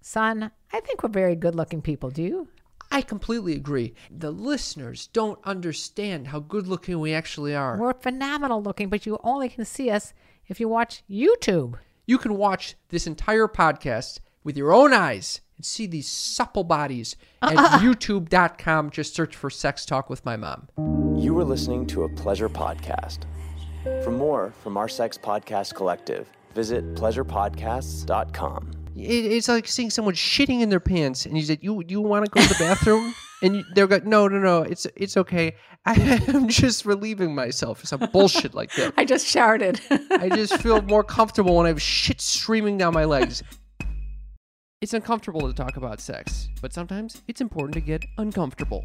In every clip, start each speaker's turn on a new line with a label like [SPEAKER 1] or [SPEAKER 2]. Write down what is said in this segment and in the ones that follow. [SPEAKER 1] Son, I think we're very good looking people. Do you?
[SPEAKER 2] I completely agree. The listeners don't understand how good looking we actually are.
[SPEAKER 1] We're phenomenal looking, but you only can see us if you watch YouTube.
[SPEAKER 2] You can watch this entire podcast with your own eyes and see these supple bodies at youtube.com. Just search for Sex Talk with My Mom.
[SPEAKER 3] You are listening to a pleasure podcast. For more from our Sex Podcast Collective, visit pleasurepodcasts.com.
[SPEAKER 2] It, it's like seeing someone shitting in their pants, and you said, "You you want to go to the bathroom?" and you, they're like, "No, no, no, it's it's okay. I am just relieving myself or some bullshit like that.
[SPEAKER 1] I just shouted.
[SPEAKER 2] I just feel more comfortable when I have shit streaming down my legs." It's uncomfortable to talk about sex, but sometimes it's important to get uncomfortable.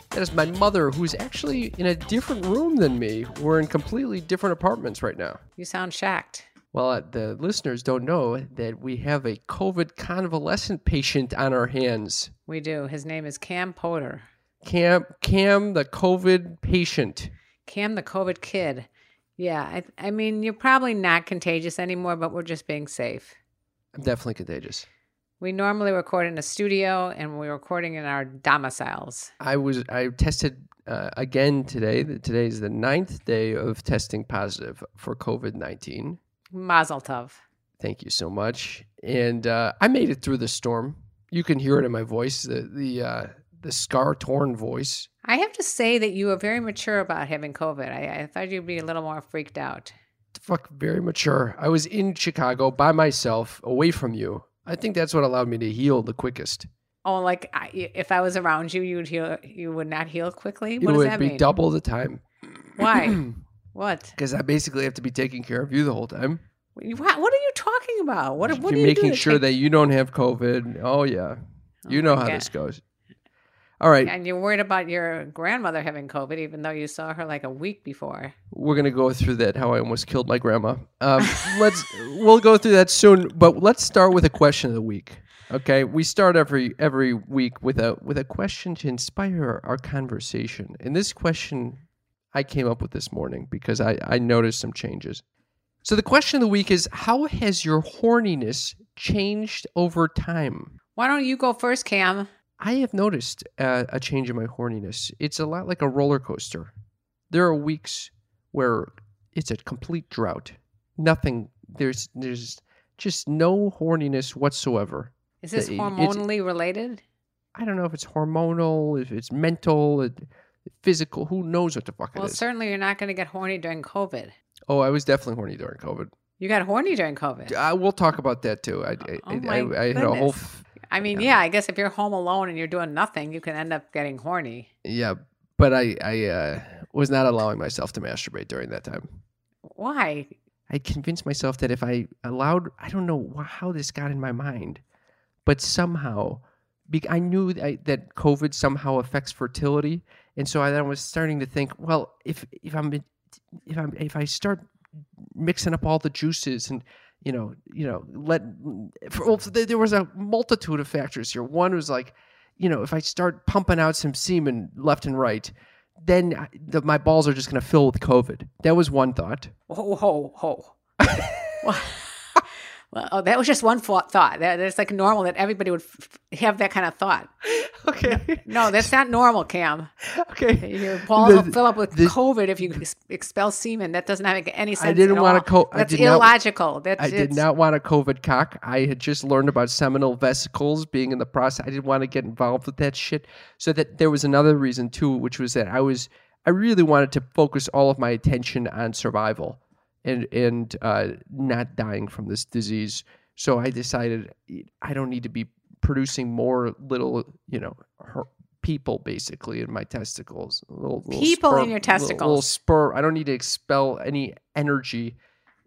[SPEAKER 2] That is my mother, who's actually in a different room than me. We're in completely different apartments right now.
[SPEAKER 1] You sound shocked.
[SPEAKER 2] Well, uh, the listeners don't know that we have a COVID convalescent patient on our hands.
[SPEAKER 1] We do. His name is Cam Potter.
[SPEAKER 2] Cam, Cam, the COVID patient.
[SPEAKER 1] Cam, the COVID kid. Yeah, I, I mean, you're probably not contagious anymore, but we're just being safe.
[SPEAKER 2] I'm definitely contagious.
[SPEAKER 1] We normally record in a studio and we're recording in our domiciles.
[SPEAKER 2] I was I tested uh, again today. Today is the ninth day of testing positive for COVID nineteen.
[SPEAKER 1] Mazel tov.
[SPEAKER 2] Thank you so much. And uh, I made it through the storm. You can hear it in my voice the the uh, the scar torn voice.
[SPEAKER 1] I have to say that you are very mature about having COVID. I, I thought you'd be a little more freaked out.
[SPEAKER 2] Fuck, very mature. I was in Chicago by myself, away from you. I think that's what allowed me to heal the quickest.
[SPEAKER 1] Oh, like I, if I was around you, you'd heal. You would not heal quickly. What
[SPEAKER 2] it
[SPEAKER 1] does
[SPEAKER 2] would
[SPEAKER 1] that
[SPEAKER 2] be
[SPEAKER 1] mean?
[SPEAKER 2] double the time
[SPEAKER 1] Why? what?
[SPEAKER 2] because I basically have to be taking care of you the whole time.
[SPEAKER 1] You- What what are you talking about? What what are
[SPEAKER 2] You're
[SPEAKER 1] you
[SPEAKER 2] making
[SPEAKER 1] doing?
[SPEAKER 2] sure that you don't have COVID. Oh yeah, you
[SPEAKER 1] my
[SPEAKER 2] know how
[SPEAKER 1] God.
[SPEAKER 2] this goes. All right,
[SPEAKER 1] and you're worried about your grandmother having COVID, even though you saw her like a week before.
[SPEAKER 2] we're gonna go through that. How I almost killed my grandma. Um, let's we'll go through that soon. But let's start with a question of the week. Okay, we start every every week with a with a question to inspire our conversation. And this question I came up with this morning because I I noticed some changes. So the question of the week is: How has your horniness changed over time?
[SPEAKER 1] Why don't you go first, Cam?
[SPEAKER 2] I have noticed uh, a change in my horniness. It's a lot like a roller coaster. There are weeks where it's a complete drought. Nothing. There's there's just no horniness whatsoever.
[SPEAKER 1] Is this
[SPEAKER 2] It- it's-
[SPEAKER 1] hormonally related?
[SPEAKER 2] I don't know if it's hormonal, if it's mental, it, physical. Who knows what the fuck
[SPEAKER 1] Well,
[SPEAKER 2] it is?
[SPEAKER 1] certainly you're not going to get horny during COVID.
[SPEAKER 2] oh, I was definitely horny during COVID.
[SPEAKER 1] You got horny during COVID.
[SPEAKER 2] I, we'll talk about that too. I I,
[SPEAKER 1] Oh
[SPEAKER 2] I,
[SPEAKER 1] my
[SPEAKER 2] I, had a whole.
[SPEAKER 1] goodness.
[SPEAKER 2] F-
[SPEAKER 1] I mean, yeah, I guess if you're home alone and you're doing nothing, you can end up getting horny.
[SPEAKER 2] yeah, but I I uh, was not allowing myself to masturbate during that time.
[SPEAKER 1] Why?
[SPEAKER 2] I convinced myself that if I allowed, I don't know wh- how this got in my mind, but somehow, be, I knew that, I, that COVID somehow affects fertility, and so I then was starting to think, well, if if I'm if I'm if I start mixing up all the juices and you know you know let for, well, there there was a multitude of factors here. One was like, you know, if I start pumping out some semen left and right. Then I- the, my balls are just going to fill with COVID. That was one thought.
[SPEAKER 1] Ho ho ho. Wha- well, oh, that was just one fo- thought. That, that's like normal that everybody would f- f- have that kind of thought.
[SPEAKER 2] Okay.
[SPEAKER 1] No, that's not normal, Cam.
[SPEAKER 2] Okay.
[SPEAKER 1] Your balls will
[SPEAKER 2] The-
[SPEAKER 1] fill up with
[SPEAKER 2] the-
[SPEAKER 1] COVID if you ex- expel semen. That does not make any sense.
[SPEAKER 2] didn't
[SPEAKER 1] at
[SPEAKER 2] wanna
[SPEAKER 1] all.
[SPEAKER 2] co- I
[SPEAKER 1] That's
[SPEAKER 2] did not-
[SPEAKER 1] illogical. That's
[SPEAKER 2] I did
[SPEAKER 1] it's-
[SPEAKER 2] not want a COVID cock. I had just learned about seminal vesicles being in the process. I didn't want to get involved with that shit. So that there was another reason too, which was that I was I really wanted to focus all of my attention on survival and and uh, not dying from this disease. So I decided I don't need to be producing more little, you know, her, people basically in my testicles. Little, little
[SPEAKER 1] People in your
[SPEAKER 2] little- little
[SPEAKER 1] testicles.
[SPEAKER 2] spur. I don't need to expel any energy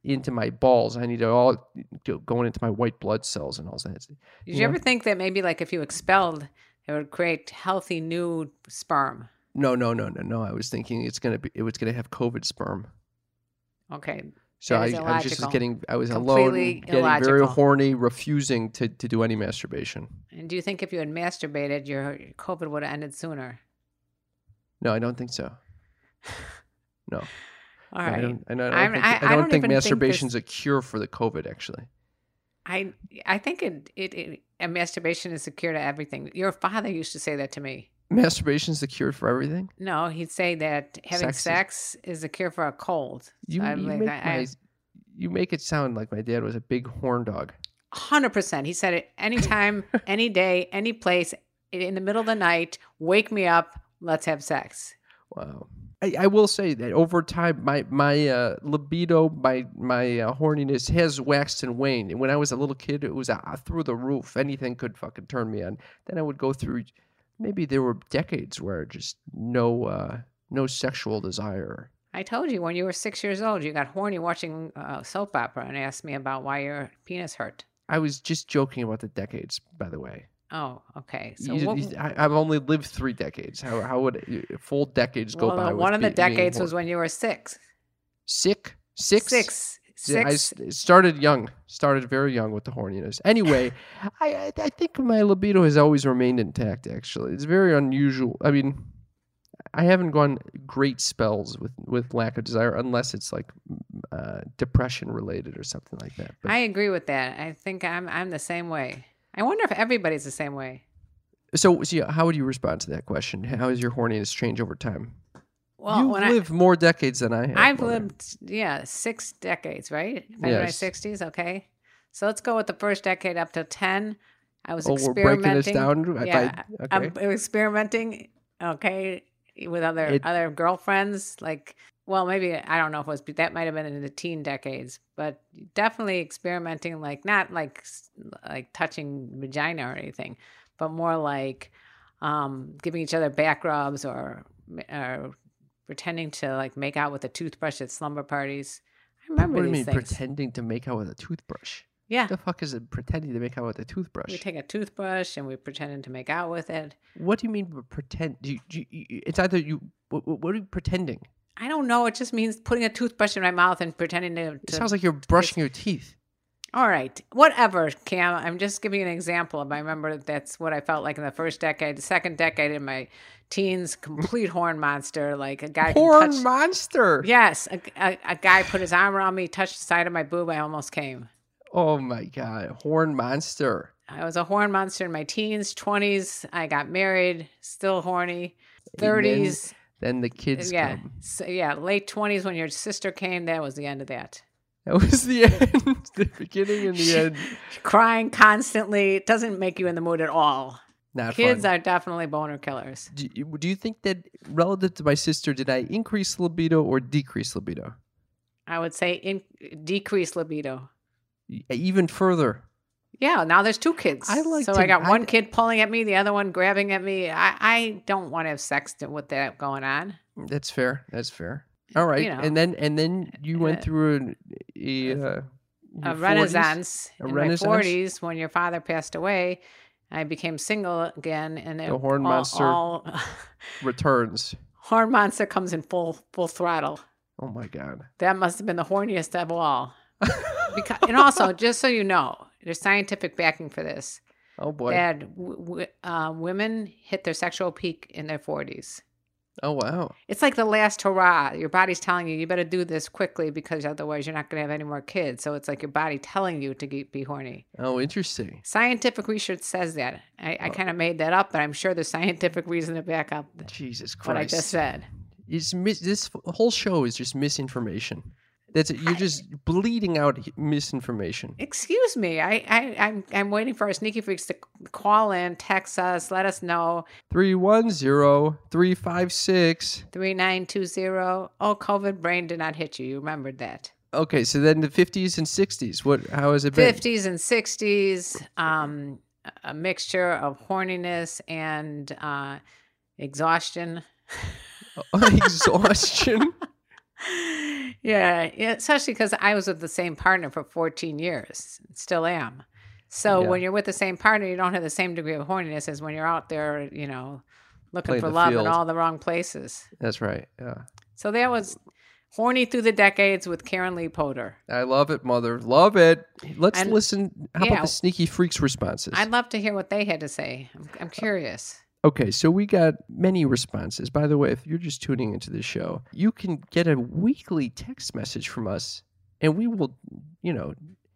[SPEAKER 2] into my balls. I need it all to- going into my white blood cells and all that.
[SPEAKER 1] Did you ever think that maybe like if you expelled It would create healthy new sperm.
[SPEAKER 2] No, no, no, no, no. I was thinking it's gonna be it was gonna have COVID sperm.
[SPEAKER 1] Okay.
[SPEAKER 2] So
[SPEAKER 1] That
[SPEAKER 2] I,
[SPEAKER 1] is
[SPEAKER 2] I was just
[SPEAKER 1] illogical.
[SPEAKER 2] getting I was alone,
[SPEAKER 1] Completely
[SPEAKER 2] getting very
[SPEAKER 1] illogical.
[SPEAKER 2] horny, refusing to, to do any masturbation.
[SPEAKER 1] And do you think if you had masturbated, your COVID would have ended sooner?
[SPEAKER 2] No, I don't think so. No,
[SPEAKER 1] All
[SPEAKER 2] I
[SPEAKER 1] right.
[SPEAKER 2] don't. And I don't
[SPEAKER 1] I'm-
[SPEAKER 2] think,
[SPEAKER 1] I-
[SPEAKER 2] I,
[SPEAKER 1] I
[SPEAKER 2] don't
[SPEAKER 1] don't
[SPEAKER 2] think
[SPEAKER 1] even think this-
[SPEAKER 2] masturbation's a cure for the COVID. Actually,
[SPEAKER 1] I I think it it, it and masturbation is the cure to everything. Your father used to say that to me.
[SPEAKER 2] masturbation's the cure for everything.
[SPEAKER 1] No, he'd say that having
[SPEAKER 2] Sex is-
[SPEAKER 1] sex is a cure for a cold.
[SPEAKER 2] You,
[SPEAKER 1] I'm
[SPEAKER 2] you
[SPEAKER 1] like,
[SPEAKER 2] make
[SPEAKER 1] I- I-
[SPEAKER 2] my, you make it sound like my dad was a big horn dog.
[SPEAKER 1] Hundred percent. He said it anytime, any day, any place, i- in the middle of the night. Wake me up. Let's have sex.
[SPEAKER 2] Wow. I, I will say that over time, my my uh, libido, my my uh, horniness has waxed and waned. And when I was a little kid, it was uh, through the roof. Anything could fucking turn me on. Then I would go through. Maybe there were decades where just no uh, no sexual desire.
[SPEAKER 1] I told you when you were six years old, you got horny watching uh, soap opera and asked me about why your penis hurt.
[SPEAKER 2] I was just joking about the decades, by the way.
[SPEAKER 1] Oh, okay. So
[SPEAKER 2] You-
[SPEAKER 1] what,
[SPEAKER 2] you- I, have only lived three decades. How how would you- full decades go
[SPEAKER 1] well, uh,
[SPEAKER 2] by? with
[SPEAKER 1] one of the
[SPEAKER 2] be- being
[SPEAKER 1] decades was
[SPEAKER 2] horny?
[SPEAKER 1] when you were six.
[SPEAKER 2] sick, six,
[SPEAKER 1] Six.
[SPEAKER 2] Yeah, I
[SPEAKER 1] Six.
[SPEAKER 2] s- started young, started very young with the horniness. Anyway, I I I think my libido has always remained intact. Actually, it's very unusual. I mean, I haven't gone great spells with with lack of desire, unless it's like m- uh, depression related or something like that. But,
[SPEAKER 1] I agree with that. I think I'm I'm the same way. I wonder if everybody's the same way.
[SPEAKER 2] so, so yeah, how would you respond to that question? How has your horniness changed over time?
[SPEAKER 1] Well,
[SPEAKER 2] you
[SPEAKER 1] when I,
[SPEAKER 2] live more decades than I have.
[SPEAKER 1] I've
[SPEAKER 2] Mother.
[SPEAKER 1] lived, yeah, six decades, right? If I'm in my
[SPEAKER 2] Yes.
[SPEAKER 1] 60s, okay. So let's go with the first decade up to 10. I was
[SPEAKER 2] Oh, we're
[SPEAKER 1] experimenting.
[SPEAKER 2] breaking this down. I
[SPEAKER 1] Yeah, um,
[SPEAKER 2] thought- okay.
[SPEAKER 1] I'm experimenting, okay, with other
[SPEAKER 2] It-
[SPEAKER 1] other girlfriends. Like, well, maybe I don't know if it was, but that might have been in the teen decades. But definitely experimenting, like not like s- like touching vagina or anything, but more like um, giving each other back rubs or or pretending to like make out with a toothbrush at slumber parties. I remember
[SPEAKER 2] what do you
[SPEAKER 1] these
[SPEAKER 2] mean
[SPEAKER 1] things.
[SPEAKER 2] pretending to make out with a toothbrush?
[SPEAKER 1] yeah.
[SPEAKER 2] The fuck is it pretending to make out with a toothbrush?
[SPEAKER 1] We take a toothbrush and we pretending to make out with it.
[SPEAKER 2] What do you mean by pretend? Do you, do you- you- it's either you. What, what are you pretending?
[SPEAKER 1] I don't know. It just means putting a toothbrush in my mouth and pretending to.
[SPEAKER 2] It
[SPEAKER 1] to-
[SPEAKER 2] sounds like you're brushing your teeth.
[SPEAKER 1] All right, whatever, Cam. I'm just giving you an example. If I remember that's what I felt like in the first decade, the second decade in my teens, complete horn monster. Like a guy
[SPEAKER 2] Porn
[SPEAKER 1] can touch.
[SPEAKER 2] monster.
[SPEAKER 1] yes, a, a, a guy put his arm around me, touched the side of my boob. I almost came.
[SPEAKER 2] Oh my god, horn monster.
[SPEAKER 1] I was a horn monster in my teens, 20s. I got married, still horny.
[SPEAKER 2] then
[SPEAKER 1] 30s,
[SPEAKER 2] Then the kids
[SPEAKER 1] yeah,
[SPEAKER 2] come.
[SPEAKER 1] so, yeah, late 20s when your sister came. That was the end of that.
[SPEAKER 2] That was the end. the beginning and the end.
[SPEAKER 1] crying constantly it doesn't make you in the mood at all.
[SPEAKER 2] Not
[SPEAKER 1] Kids
[SPEAKER 2] fun.
[SPEAKER 1] are definitely boner killers.
[SPEAKER 2] do, you, do you think that relative to my sister, did I increase libido or decrease libido?
[SPEAKER 1] I would say in decreased libido.
[SPEAKER 2] E- Even further.
[SPEAKER 1] Yeah, now there's two kids.
[SPEAKER 2] I like
[SPEAKER 1] so
[SPEAKER 2] to-
[SPEAKER 1] I got
[SPEAKER 2] I-
[SPEAKER 1] one kid pulling at me, the other one grabbing at me. I, I don't want to have sex to, with that going on.
[SPEAKER 2] Mm, That's fair. That's fair. All right,
[SPEAKER 1] know.
[SPEAKER 2] and then and then you went
[SPEAKER 1] Uh,
[SPEAKER 2] through a, a, uh, your
[SPEAKER 1] A
[SPEAKER 2] 40s?
[SPEAKER 1] renaissance
[SPEAKER 2] A
[SPEAKER 1] in
[SPEAKER 2] renaissance?
[SPEAKER 1] my forties when your father passed away. I became single again, and it-
[SPEAKER 2] horn
[SPEAKER 1] all-
[SPEAKER 2] monster.
[SPEAKER 1] all-
[SPEAKER 2] returns.
[SPEAKER 1] horn monster comes in full full throttle.
[SPEAKER 2] Oh my god.
[SPEAKER 1] That must have been the horniest of all. because and also just so you know there's scientific backing for this
[SPEAKER 2] Oh boy.
[SPEAKER 1] that w- w- uh, women hit their sexual peak in their 40s
[SPEAKER 2] Oh wow.
[SPEAKER 1] it's like the last hurrah your body's telling you you better do this quickly because otherwise you're not going to have any more kids so it's like your body telling you to get, be horny
[SPEAKER 2] Oh, interesting.
[SPEAKER 1] scientific research says that i,
[SPEAKER 2] Oh.
[SPEAKER 1] I kind of made that up but i'm sure there's scientific reason to back up
[SPEAKER 2] Jesus Christ.
[SPEAKER 1] what i just said
[SPEAKER 2] It's mis- this whole show is just misinformation. That's it. You're just bleeding out h- misinformation.
[SPEAKER 1] Excuse me. I, I, I'm, I'm waiting for our sneaky freaks to call in, text us, let us know.
[SPEAKER 2] 310-356.
[SPEAKER 1] 3920. Oh, COVID brain did not hit you. You remembered that.
[SPEAKER 2] Okay, so then the 50s and 60s. What how has it been?
[SPEAKER 1] 50s and 60s, um, a mixture of horniness and uh, exhaustion.
[SPEAKER 2] Exhaustion.
[SPEAKER 1] yeah, yeah, especially because I was with the same partner for 14 years, still am. So
[SPEAKER 2] Yeah.
[SPEAKER 1] when you're with the same partner, you don't have the same degree of horniness as when you're out there, you know, looking
[SPEAKER 2] Playing
[SPEAKER 1] for
[SPEAKER 2] the
[SPEAKER 1] love
[SPEAKER 2] field.
[SPEAKER 1] in all the wrong places.
[SPEAKER 2] That's right. Yeah.
[SPEAKER 1] So that was horny through the decades with Karen Lee Potter.
[SPEAKER 2] I love it, mother. Love it. Let's
[SPEAKER 1] And-
[SPEAKER 2] listen. How
[SPEAKER 1] yeah.
[SPEAKER 2] about the sneaky freaks responses?
[SPEAKER 1] I'd love to hear what they had to say. I'm,
[SPEAKER 2] Uh,
[SPEAKER 1] I'm curious.
[SPEAKER 2] Okay, so we got many responses. By the way, if you're just tuning into this show, you can get a weekly text message from us, and we will, you know,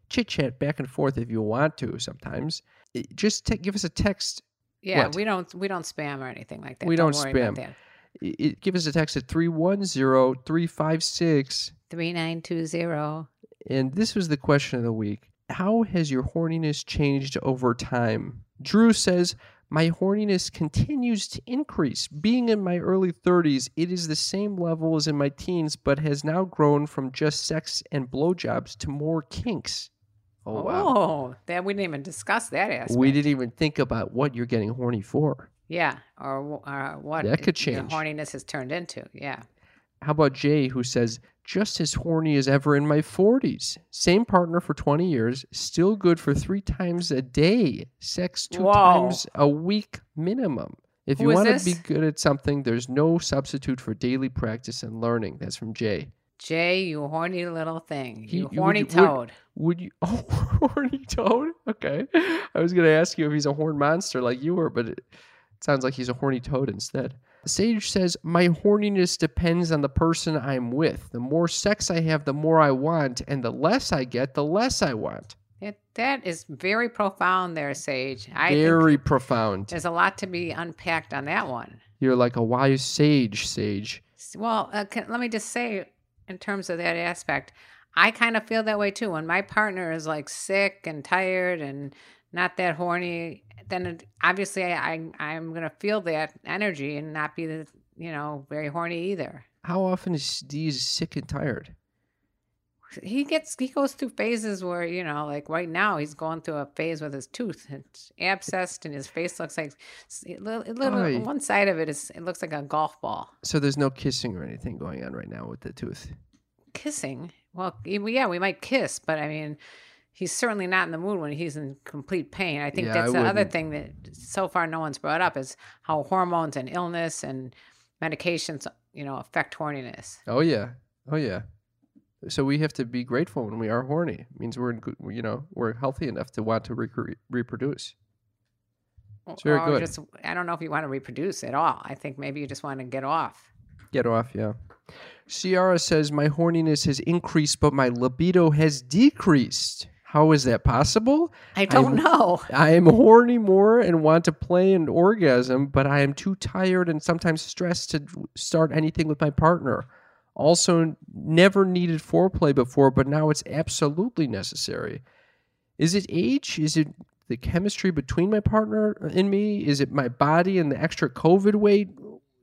[SPEAKER 2] chit chat back and forth if you want to. Sometimes, It- just te- give us a text.
[SPEAKER 1] Yeah,
[SPEAKER 2] What?
[SPEAKER 1] we don't we don't spam or anything like that.
[SPEAKER 2] We don't
[SPEAKER 1] worry
[SPEAKER 2] spam.
[SPEAKER 1] about that.
[SPEAKER 2] i- i- give us a text at 310-356.
[SPEAKER 1] Three nine two zero.
[SPEAKER 2] And this was the question of the week: How has your horniness changed over time? Drew says. My horniness continues to increase. Being in my early 30s, it is the same level as in my teens, but has now grown from just sex and blowjobs to more kinks. Oh,
[SPEAKER 1] Oh,
[SPEAKER 2] wow.
[SPEAKER 1] that we didn't even discuss that aspect.
[SPEAKER 2] We didn't even think about what you're getting horny for.
[SPEAKER 1] Yeah, or, or what
[SPEAKER 2] That could
[SPEAKER 1] it-
[SPEAKER 2] change.
[SPEAKER 1] Your horniness has turned into. Yeah,
[SPEAKER 2] How about Jay, who says, just as horny as ever in my 40s? Same partner for 20 years, still good for three times a day, sex two
[SPEAKER 1] Whoa.
[SPEAKER 2] times a week minimum. If
[SPEAKER 1] Who
[SPEAKER 2] you
[SPEAKER 1] is
[SPEAKER 2] want to
[SPEAKER 1] this?
[SPEAKER 2] be good at something, there's no substitute for daily practice and learning. That's from Jay.
[SPEAKER 1] Jay, you horny little thing,
[SPEAKER 2] He-
[SPEAKER 1] you
[SPEAKER 2] would
[SPEAKER 1] horny
[SPEAKER 2] you- would-
[SPEAKER 1] toad.
[SPEAKER 2] Would you? Oh, horny toad? Okay. I was going to ask you if he's a horn monster like you were, but it sounds like he's a horny toad instead. Sage says, My horniness depends on the person I'm with. The more sex I have, the more I want, and the less I get, the less I want.
[SPEAKER 1] It, that is very profound, there, Sage. I think
[SPEAKER 2] Very profound.
[SPEAKER 1] there's a lot to be unpacked on that one.
[SPEAKER 2] You're like a wise sage, Sage.
[SPEAKER 1] S- Well, uh, can, let me just say, in terms of that aspect, I kind of feel that way too. When my partner is like sick and tired and not that horny, then it, obviously I, I I'm gonna feel that energy and not be the you know very horny either.
[SPEAKER 2] How often is D's sick and tired?
[SPEAKER 1] he gets he goes through phases where you know like right now he's going through a phase with his tooth it's abscessed and his face looks like it li- it little,
[SPEAKER 2] Aye.
[SPEAKER 1] one side of it is it looks like a golf ball
[SPEAKER 2] So there's no kissing or anything going on right now with the tooth.
[SPEAKER 1] kissing well e- yeah we might kiss but i mean he's certainly not in the mood when he's in complete pain i think
[SPEAKER 2] Yeah,
[SPEAKER 1] that's
[SPEAKER 2] I
[SPEAKER 1] the other
[SPEAKER 2] wouldn't.
[SPEAKER 1] thing that so far no one's brought up is how hormones and illness and medications you know affect horniness
[SPEAKER 2] Oh yeah, oh yeah. So we have to be grateful when we are horny. It means we're in good, you know we're healthy enough to want to recre reproduce. It's very
[SPEAKER 1] or
[SPEAKER 2] good.
[SPEAKER 1] just i don't know if you want to reproduce at all i think maybe you just want to get off
[SPEAKER 2] Get off, yeah. Ciara says my horniness has increased, but my libido has decreased. How is that possible?
[SPEAKER 1] I don't know.
[SPEAKER 2] I am horny more and want to play and orgasm, but I am too tired and sometimes stressed to start anything with my partner. Also, never needed foreplay before, but now it's absolutely necessary. Is it age? Is it the chemistry between my partner and me? Is it my body and the extra COVID weight?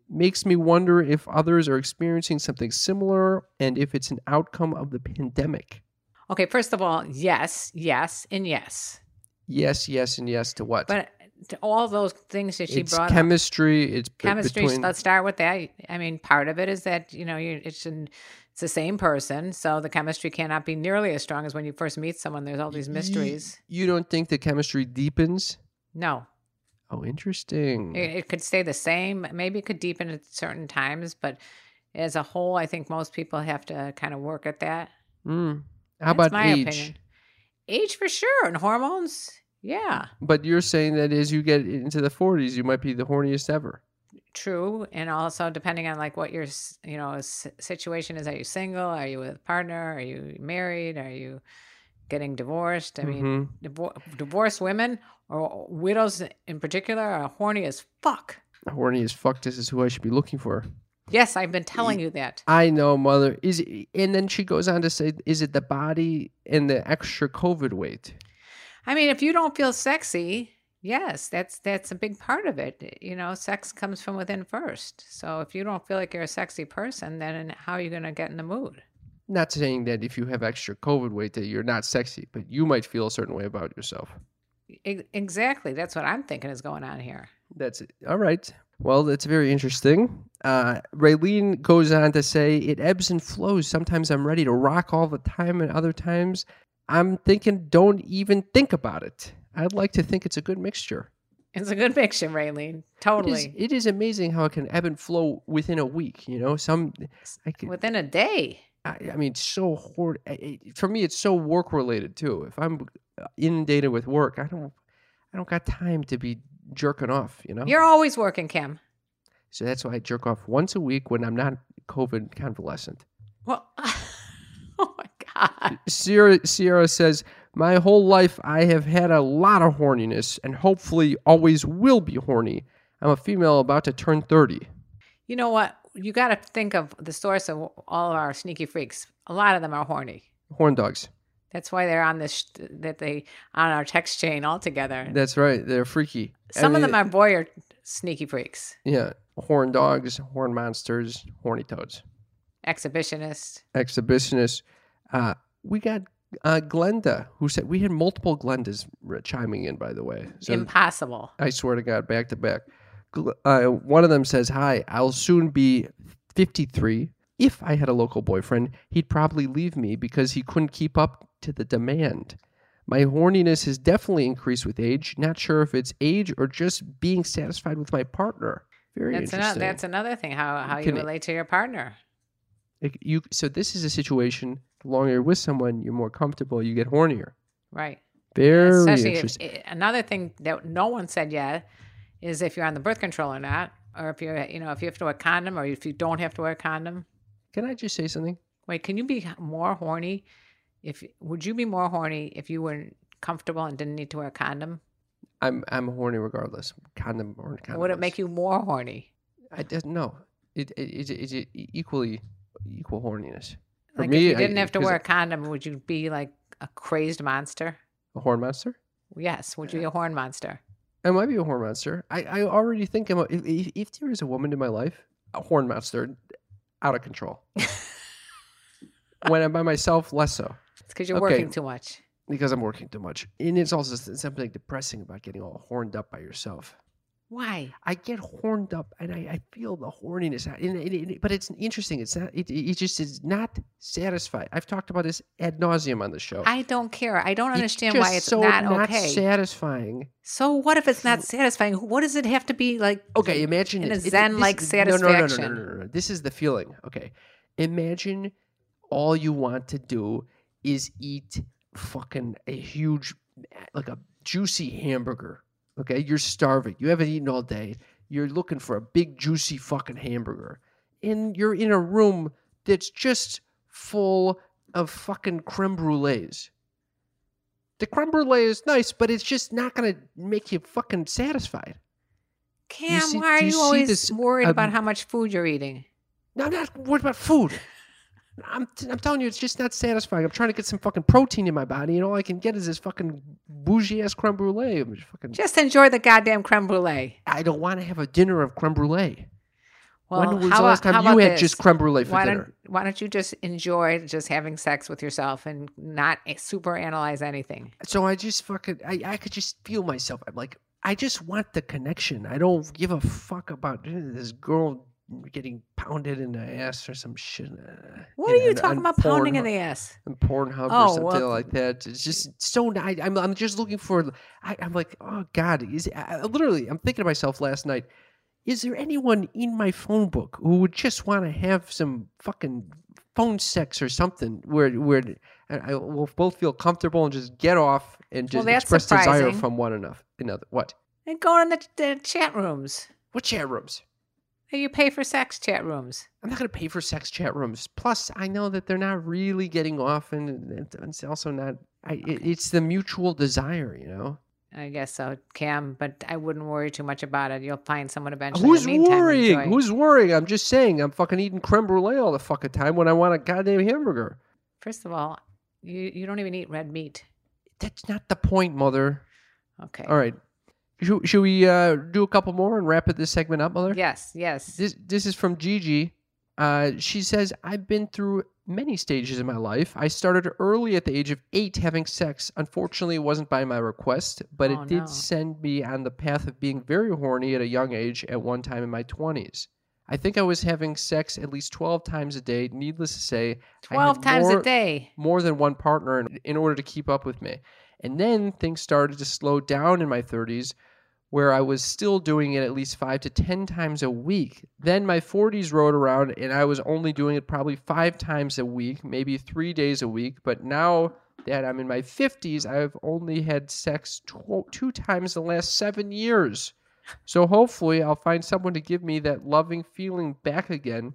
[SPEAKER 2] Makes me wonder if others are experiencing something similar and if it's an outcome of the pandemic.
[SPEAKER 1] Okay, first of all, yes, yes, and yes.
[SPEAKER 2] Yes, yes, and yes to what?
[SPEAKER 1] But to all those things that she
[SPEAKER 2] it's
[SPEAKER 1] brought up,
[SPEAKER 2] chemistry. It's b-
[SPEAKER 1] chemistry.
[SPEAKER 2] Between,
[SPEAKER 1] Let's start with that. I mean, part of it is that you know you it's an, it's the same person, so the chemistry cannot be nearly as strong as when you first meet someone. There's all these
[SPEAKER 2] Y-
[SPEAKER 1] mysteries.
[SPEAKER 2] You don't think the chemistry deepens?
[SPEAKER 1] No,
[SPEAKER 2] Oh, interesting.
[SPEAKER 1] it, it could stay the same. Maybe it could deepen at certain times, but as a whole, I think most people have to kind of work at that.
[SPEAKER 2] Mm. How
[SPEAKER 1] That's
[SPEAKER 2] about
[SPEAKER 1] my
[SPEAKER 2] age?
[SPEAKER 1] opinion. Age for sure, and hormones. Yeah.
[SPEAKER 2] But you're saying that as you get into the 40s, you might be the horniest ever.
[SPEAKER 1] true and also depending on like what your s- you know s- situation is are you single are you with a partner are you married are you getting divorced i mean
[SPEAKER 2] Mhm.
[SPEAKER 1] divor- divorced women or widows in particular are horny as fuck
[SPEAKER 2] horny as fuck. This is who I should be looking for.
[SPEAKER 1] yes i've been telling you that
[SPEAKER 2] I know, mother. Is it, and then she goes on to say, is it the body and the extra COVID weight?
[SPEAKER 1] i mean if you don't feel sexy yes that's that's a big part of it you know sex comes from within first so if you don't feel like you're a sexy person then how are you going to get in the mood
[SPEAKER 2] Not saying that if you have extra COVID weight that you're not sexy, but you might feel a certain way about yourself.
[SPEAKER 1] E- exactly that's what i'm thinking is going on here
[SPEAKER 2] That's it. All right. Well, that's very interesting. Uh, Raylene goes on to say, it ebbs and flows. Sometimes I'm ready to rock all the time, and other times I'm thinking, don't even think about it. I'd like to think it's a good mixture.
[SPEAKER 1] It's a good mixture, Raylene.
[SPEAKER 2] It is,
[SPEAKER 1] Totally.
[SPEAKER 2] it is amazing how it can ebb and flow within a week. You know, some I, could,
[SPEAKER 1] Within a day.
[SPEAKER 2] I, I mean, it's so hard I- I- for me. It's so work related too. If I'm inundated with work, I don't, I don't got time to be jerking off. You know,
[SPEAKER 1] You're always working, Kim.
[SPEAKER 2] so that's why I jerk off once a week when I'm not COVID convalescent.
[SPEAKER 1] Well, oh my God.
[SPEAKER 2] Sierra, Sierra says, My whole life I have had a lot of horniness and hopefully always will be horny. I'm a female about to turn 30.
[SPEAKER 1] You know what? You got to think of the source of all of our sneaky freaks. A lot of them are horny.
[SPEAKER 2] Horn dogs.
[SPEAKER 1] That's why they're on this, sh- that they on our text chain all together.
[SPEAKER 2] That's right. They're freaky. I
[SPEAKER 1] Some of
[SPEAKER 2] mean,
[SPEAKER 1] them are voyeur sneaky freaks,
[SPEAKER 2] Yeah. Horn dogs, horn monsters, horny toads,
[SPEAKER 1] exhibitionists.
[SPEAKER 2] exhibitionists. Uh, we got uh, Glenda, who said we had multiple Glendas r- chiming in, by the way. So
[SPEAKER 1] Impossible.
[SPEAKER 2] I swear to God, back to back. Gl- Uh, one of them says, Hi, I'll soon be 53. If I had a local boyfriend, he'd probably leave me because he couldn't keep up to the demand. My horniness has definitely increased with age. Not sure if it's age or just being satisfied with my partner. Very
[SPEAKER 1] That's another,
[SPEAKER 2] interesting.
[SPEAKER 1] that's another thing, how, how you
[SPEAKER 2] Can-
[SPEAKER 1] relate to your partner.
[SPEAKER 2] Like, you, so this is a situation. The longer you're with someone, you're more comfortable. You get hornier.
[SPEAKER 1] Right.
[SPEAKER 2] Very
[SPEAKER 1] Especially if,
[SPEAKER 2] interesting.
[SPEAKER 1] i- another thing that no one said yet is if you're on the birth control or not, or if you're, you know, if you have to wear a condom or if you don't have to wear a condom.
[SPEAKER 2] Can I just say something?
[SPEAKER 1] Wait, can you be more horny? If would you be more horny if you were comfortable and didn't need to wear a condom?
[SPEAKER 2] I'm I'm horny regardless, condom or condom.
[SPEAKER 1] Would it make you more horny?
[SPEAKER 2] I don't know. It it is it e, equally equal horniness for
[SPEAKER 1] Like
[SPEAKER 2] me.
[SPEAKER 1] if you didn't
[SPEAKER 2] I,
[SPEAKER 1] have to
[SPEAKER 2] 'cause
[SPEAKER 1] wear a condom, would you be like a crazed monster?
[SPEAKER 2] a horn monster.
[SPEAKER 1] Yes, would you be a horn monster?
[SPEAKER 2] I might be a horn monster. I, I already think I'm. A, if, if if there is a woman in my life, a horn monster, out of control. when I'm by myself, less so
[SPEAKER 1] It's because you're
[SPEAKER 2] Okay.
[SPEAKER 1] working too much.
[SPEAKER 2] because I'm working too much, and it's also s- something depressing about getting all horned up by yourself.
[SPEAKER 1] Why?
[SPEAKER 2] I get horned up and I, I feel the horniness. I- And it, it- but it's interesting. It's not. It, it just is not satisfied. I've talked about this ad nauseum on the show.
[SPEAKER 1] I don't care. I don't understand
[SPEAKER 2] just
[SPEAKER 1] why it's
[SPEAKER 2] so
[SPEAKER 1] not, okay.
[SPEAKER 2] satisfying.
[SPEAKER 1] So what if it's not satisfying? What does it have to be like?
[SPEAKER 2] Okay, imagine it.
[SPEAKER 1] In a
[SPEAKER 2] It- this-
[SPEAKER 1] zen-like
[SPEAKER 2] no, no, no, no, no,
[SPEAKER 1] satisfaction.
[SPEAKER 2] No, no, no, no. This is the feeling. Okay, imagine all you want to do is eat fucking a huge, like a juicy hamburger. Okay, you're starving. You haven't eaten all day. You're looking for a big juicy fucking hamburger, and you're in a room that's just full of fucking creme brulees. The creme brulee is nice, but it's just not gonna make you fucking satisfied.
[SPEAKER 1] Cam,
[SPEAKER 2] see-
[SPEAKER 1] why are
[SPEAKER 2] do
[SPEAKER 1] you,
[SPEAKER 2] you see
[SPEAKER 1] always
[SPEAKER 2] this,
[SPEAKER 1] worried about
[SPEAKER 2] um,
[SPEAKER 1] how much food you're eating?
[SPEAKER 2] No, I'm not worried about food. I'm, I'm telling you, it's just not satisfying. I'm trying to get some fucking protein in my body, and all I can get is this fucking bougie ass creme brulee. I'm just fucking,
[SPEAKER 1] Just enjoy the goddamn creme brulee.
[SPEAKER 2] I don't want to have a dinner of creme brulee.
[SPEAKER 1] Well,
[SPEAKER 2] when was
[SPEAKER 1] how,
[SPEAKER 2] the last
[SPEAKER 1] a-
[SPEAKER 2] time
[SPEAKER 1] how
[SPEAKER 2] you
[SPEAKER 1] about
[SPEAKER 2] had
[SPEAKER 1] this?
[SPEAKER 2] just creme brulee for
[SPEAKER 1] why
[SPEAKER 2] dinner?
[SPEAKER 1] Don't, why don't you just enjoy just having sex with yourself and not super analyze anything?
[SPEAKER 2] So I just fucking, I, I could just feel myself. I'm like, I just want the connection. I don't give a fuck about this girl getting pounded in the ass or some shit. uh,
[SPEAKER 1] What
[SPEAKER 2] in-
[SPEAKER 1] are you
[SPEAKER 2] on-
[SPEAKER 1] talking
[SPEAKER 2] on
[SPEAKER 1] about pounding in
[SPEAKER 2] Pornhub.
[SPEAKER 1] the ass?
[SPEAKER 2] and Pornhub
[SPEAKER 1] Oh,
[SPEAKER 2] or something
[SPEAKER 1] well-
[SPEAKER 2] like that. It's just so. n- I, am I'm just looking for. I, I'm like, oh God, is I, I- literally. I'm thinking to myself last night. Is there anyone in my phone book who would just want to have some fucking phone sex or something where where and I will both feel comfortable and just get off and
[SPEAKER 1] Well,
[SPEAKER 2] just
[SPEAKER 1] that's
[SPEAKER 2] express desire
[SPEAKER 1] surprising.
[SPEAKER 2] from one another. Another what?
[SPEAKER 1] And go in the, the chat rooms.
[SPEAKER 2] What chat rooms?
[SPEAKER 1] You pay for sex chat rooms.
[SPEAKER 2] I'm not going to pay for sex chat rooms. Plus, I know that they're not really getting off, and and it's also not. I, it, it's the mutual desire, you know.
[SPEAKER 1] I guess so, Cam. But I wouldn't worry too much about it. You'll find someone eventually. In the
[SPEAKER 2] Who's
[SPEAKER 1] meantime,
[SPEAKER 2] worrying?
[SPEAKER 1] enjoy.
[SPEAKER 2] Who's worrying? I'm just saying. I'm fucking eating creme brulee all the fucking time when I want a goddamn hamburger.
[SPEAKER 1] First of all, you you don't even eat red meat.
[SPEAKER 2] That's not the point, mother.
[SPEAKER 1] Okay.
[SPEAKER 2] All right, should, should we uh, do a couple more and wrap it this segment up, mother?
[SPEAKER 1] Yes. Yes.
[SPEAKER 2] This this is from Gigi. Uh, she says, "I've been through many stages in my life. I started early at the age of eight having sex. Unfortunately, it wasn't by my request, but
[SPEAKER 1] Oh,
[SPEAKER 2] it did
[SPEAKER 1] no.
[SPEAKER 2] send me on the path of being very horny at a young age. At one time in my twenties, I think I was having sex at least twelve times a day. Needless to say, I had
[SPEAKER 1] Twelve times
[SPEAKER 2] more-
[SPEAKER 1] a day.
[SPEAKER 2] more than one partner in, in order to keep up with me. And then things started to slow down in my 30s where I was still doing it at least five to 10 times a week. Then my 40s rode around and I was only doing it probably five times a week, maybe three days a week. But now that I'm in my 50s, I've only had sex tw- two times in the last seven years. So hopefully I'll find someone to give me that loving feeling back again.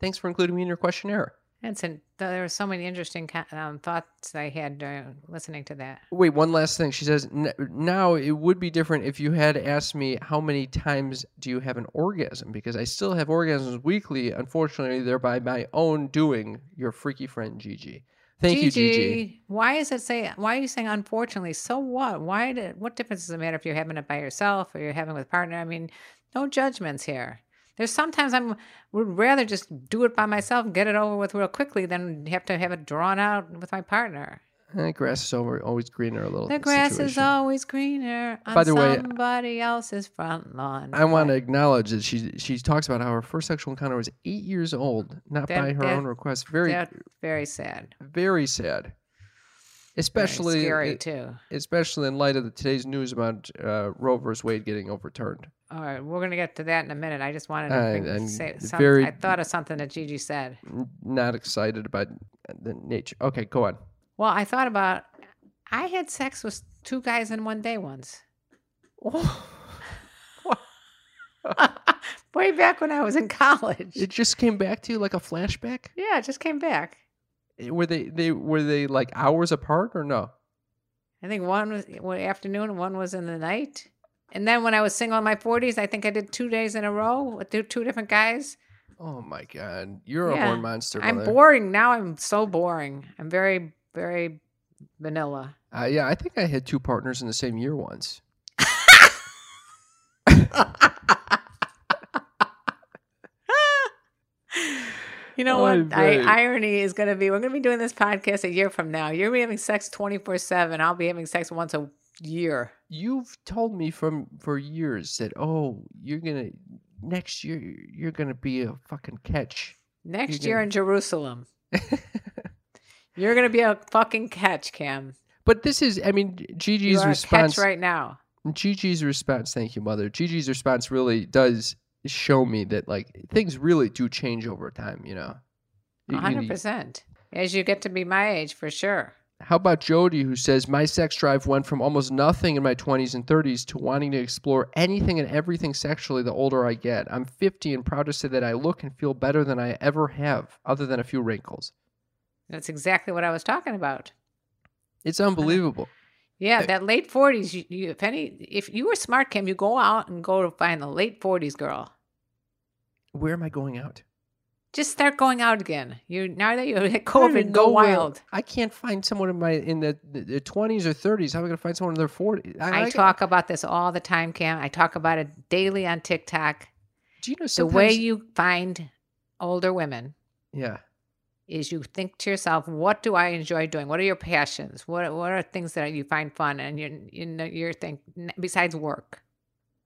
[SPEAKER 2] Thanks for including me in your questionnaire.
[SPEAKER 1] That's an, there were so many interesting co- um, thoughts I had during listening to that.
[SPEAKER 2] Wait, one last thing. She says, "N- now it would be different if you had asked me how many times do you have an orgasm because I still have orgasms weekly. Unfortunately, they're by my own doing. Your freaky friend Gigi. Thank you, Gigi.
[SPEAKER 1] Why is it say? Why are you saying unfortunately? So what? Why? Did, what difference does it matter if you're having it by yourself or you're having it with a partner? I mean, no judgments here. There's sometimes I'm would rather just do it by myself, get it over with real quickly, than have to have it drawn out with my partner.
[SPEAKER 2] Eh, grass is over, always greener a little.
[SPEAKER 1] The grass is
[SPEAKER 2] situation.
[SPEAKER 1] always greener on
[SPEAKER 2] By the way,
[SPEAKER 1] somebody else's front lawn.
[SPEAKER 2] I want to acknowledge that she she talks about how her first sexual encounter was eight years old, not
[SPEAKER 1] That-
[SPEAKER 2] by her
[SPEAKER 1] that-
[SPEAKER 2] own request. Very
[SPEAKER 1] That's very sad.
[SPEAKER 2] very sad,
[SPEAKER 1] Very
[SPEAKER 2] especially
[SPEAKER 1] scary
[SPEAKER 2] it-
[SPEAKER 1] too.
[SPEAKER 2] especially in light of the, today's news about uh, Roe versus Wade getting overturned.
[SPEAKER 1] All right, we're gonna get to that in a minute. I just wanted to
[SPEAKER 2] Uh,
[SPEAKER 1] bring-
[SPEAKER 2] and
[SPEAKER 1] say
[SPEAKER 2] it's
[SPEAKER 1] something.
[SPEAKER 2] very-
[SPEAKER 1] I thought of something that Gigi said.
[SPEAKER 2] N- Not excited about the nature. Okay, go on.
[SPEAKER 1] Well, I thought about I had sex with two guys in one day once. Way back when I was in college.
[SPEAKER 2] It just came back to you like a flashback. Eh,
[SPEAKER 1] yeah, it just came back.
[SPEAKER 2] Were they they were they like hours apart or no?
[SPEAKER 1] I think one was one afternoon, one was in the night. And then when I was single in my 40s, I think I did two days in a row with two, two different guys.
[SPEAKER 2] Oh my god, you're a
[SPEAKER 1] Yeah.
[SPEAKER 2] horn monster.
[SPEAKER 1] I'm
[SPEAKER 2] mother.
[SPEAKER 1] boring. Now I'm so boring. I'm very, very vanilla.
[SPEAKER 2] Uh, yeah, I think I had two partners in the same year once.
[SPEAKER 1] You know
[SPEAKER 2] Oy
[SPEAKER 1] what? I,
[SPEAKER 2] vey.
[SPEAKER 1] irony is going to be we're going to be doing this podcast a year from now. You're going to be having sex 24 7. I'll be having sex once a year.
[SPEAKER 2] You've told me from for years that oh, you're gonna next year you're gonna be a fucking catch.
[SPEAKER 1] Next
[SPEAKER 2] You're
[SPEAKER 1] year
[SPEAKER 2] gonna-
[SPEAKER 1] in Jerusalem. You're going to be a fucking catch, Cam.
[SPEAKER 2] But this is, I mean,
[SPEAKER 1] You
[SPEAKER 2] Gigi's
[SPEAKER 1] are a
[SPEAKER 2] response.
[SPEAKER 1] catch right now.
[SPEAKER 2] Gigi's response. Thank you, mother. Gigi's response really does show me that like things really do change over time. You know, You- you-
[SPEAKER 1] 100%. As you get to be my age, for sure.
[SPEAKER 2] How about Jody, who says, My sex drive went from almost nothing in my 20s and 30s to wanting to explore anything and everything sexually the older I get. I'm 50 and proud to say that I look and feel better than I ever have, other than a few wrinkles.
[SPEAKER 1] That's exactly what I was talking about.
[SPEAKER 2] It's unbelievable.
[SPEAKER 1] Yeah, that late 40s, you, you, if any, if you were smart, Cam, you go out and go to find the late 40s girl.
[SPEAKER 2] Where am I going out?
[SPEAKER 1] Just start going out again. You now that you had
[SPEAKER 2] I don't even
[SPEAKER 1] COVID, go
[SPEAKER 2] know where-
[SPEAKER 1] wild.
[SPEAKER 2] I can't find someone in my in the, the, the 20s or 30s. How am I going to find someone in their 40s?
[SPEAKER 1] I,
[SPEAKER 2] I-
[SPEAKER 1] talk about this all the time, Cam. I talk about it daily on TikTok.
[SPEAKER 2] Do you know
[SPEAKER 1] the way
[SPEAKER 2] sometimes-
[SPEAKER 1] you find older women
[SPEAKER 2] Yeah.
[SPEAKER 1] is you think to yourself, "What do I enjoy doing? What are your passions? What what are things that you find fun?" And you're you know you're think besides work,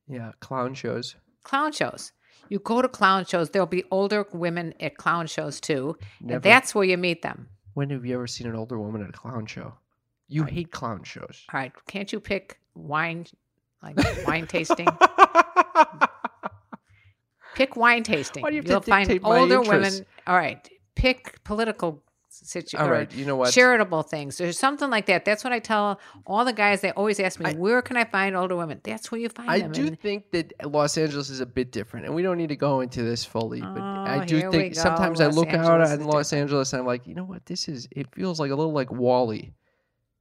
[SPEAKER 2] Yeah. Clown shows.
[SPEAKER 1] clown shows. You go to clown shows. There'll be older women at clown shows too,
[SPEAKER 2] Never.
[SPEAKER 1] and that's where you meet them.
[SPEAKER 2] When have you ever seen an older woman at a clown show? You hate clown shows.
[SPEAKER 1] All right, can't you pick wine, like wine tasting? Pick wine tasting.
[SPEAKER 2] Why do you have to
[SPEAKER 1] will find
[SPEAKER 2] dictate my
[SPEAKER 1] older
[SPEAKER 2] interests?
[SPEAKER 1] women. All right, pick political situations.
[SPEAKER 2] All right, you know what?
[SPEAKER 1] charitable things or something like that. That's what I tell all the guys. They always ask me,
[SPEAKER 2] I-
[SPEAKER 1] "Where can I find older women?" That's where you find
[SPEAKER 2] I
[SPEAKER 1] them.
[SPEAKER 2] do
[SPEAKER 1] and-
[SPEAKER 2] think that Los Angeles is a bit different, and we don't need to go into this fully. But I
[SPEAKER 1] Oh,
[SPEAKER 2] do
[SPEAKER 1] here we
[SPEAKER 2] think
[SPEAKER 1] go.
[SPEAKER 2] sometimes I
[SPEAKER 1] Los
[SPEAKER 2] look
[SPEAKER 1] Angeles
[SPEAKER 2] out on
[SPEAKER 1] is
[SPEAKER 2] Los Angeles and I'm like, you know what? This is. It feels like a little like Wally,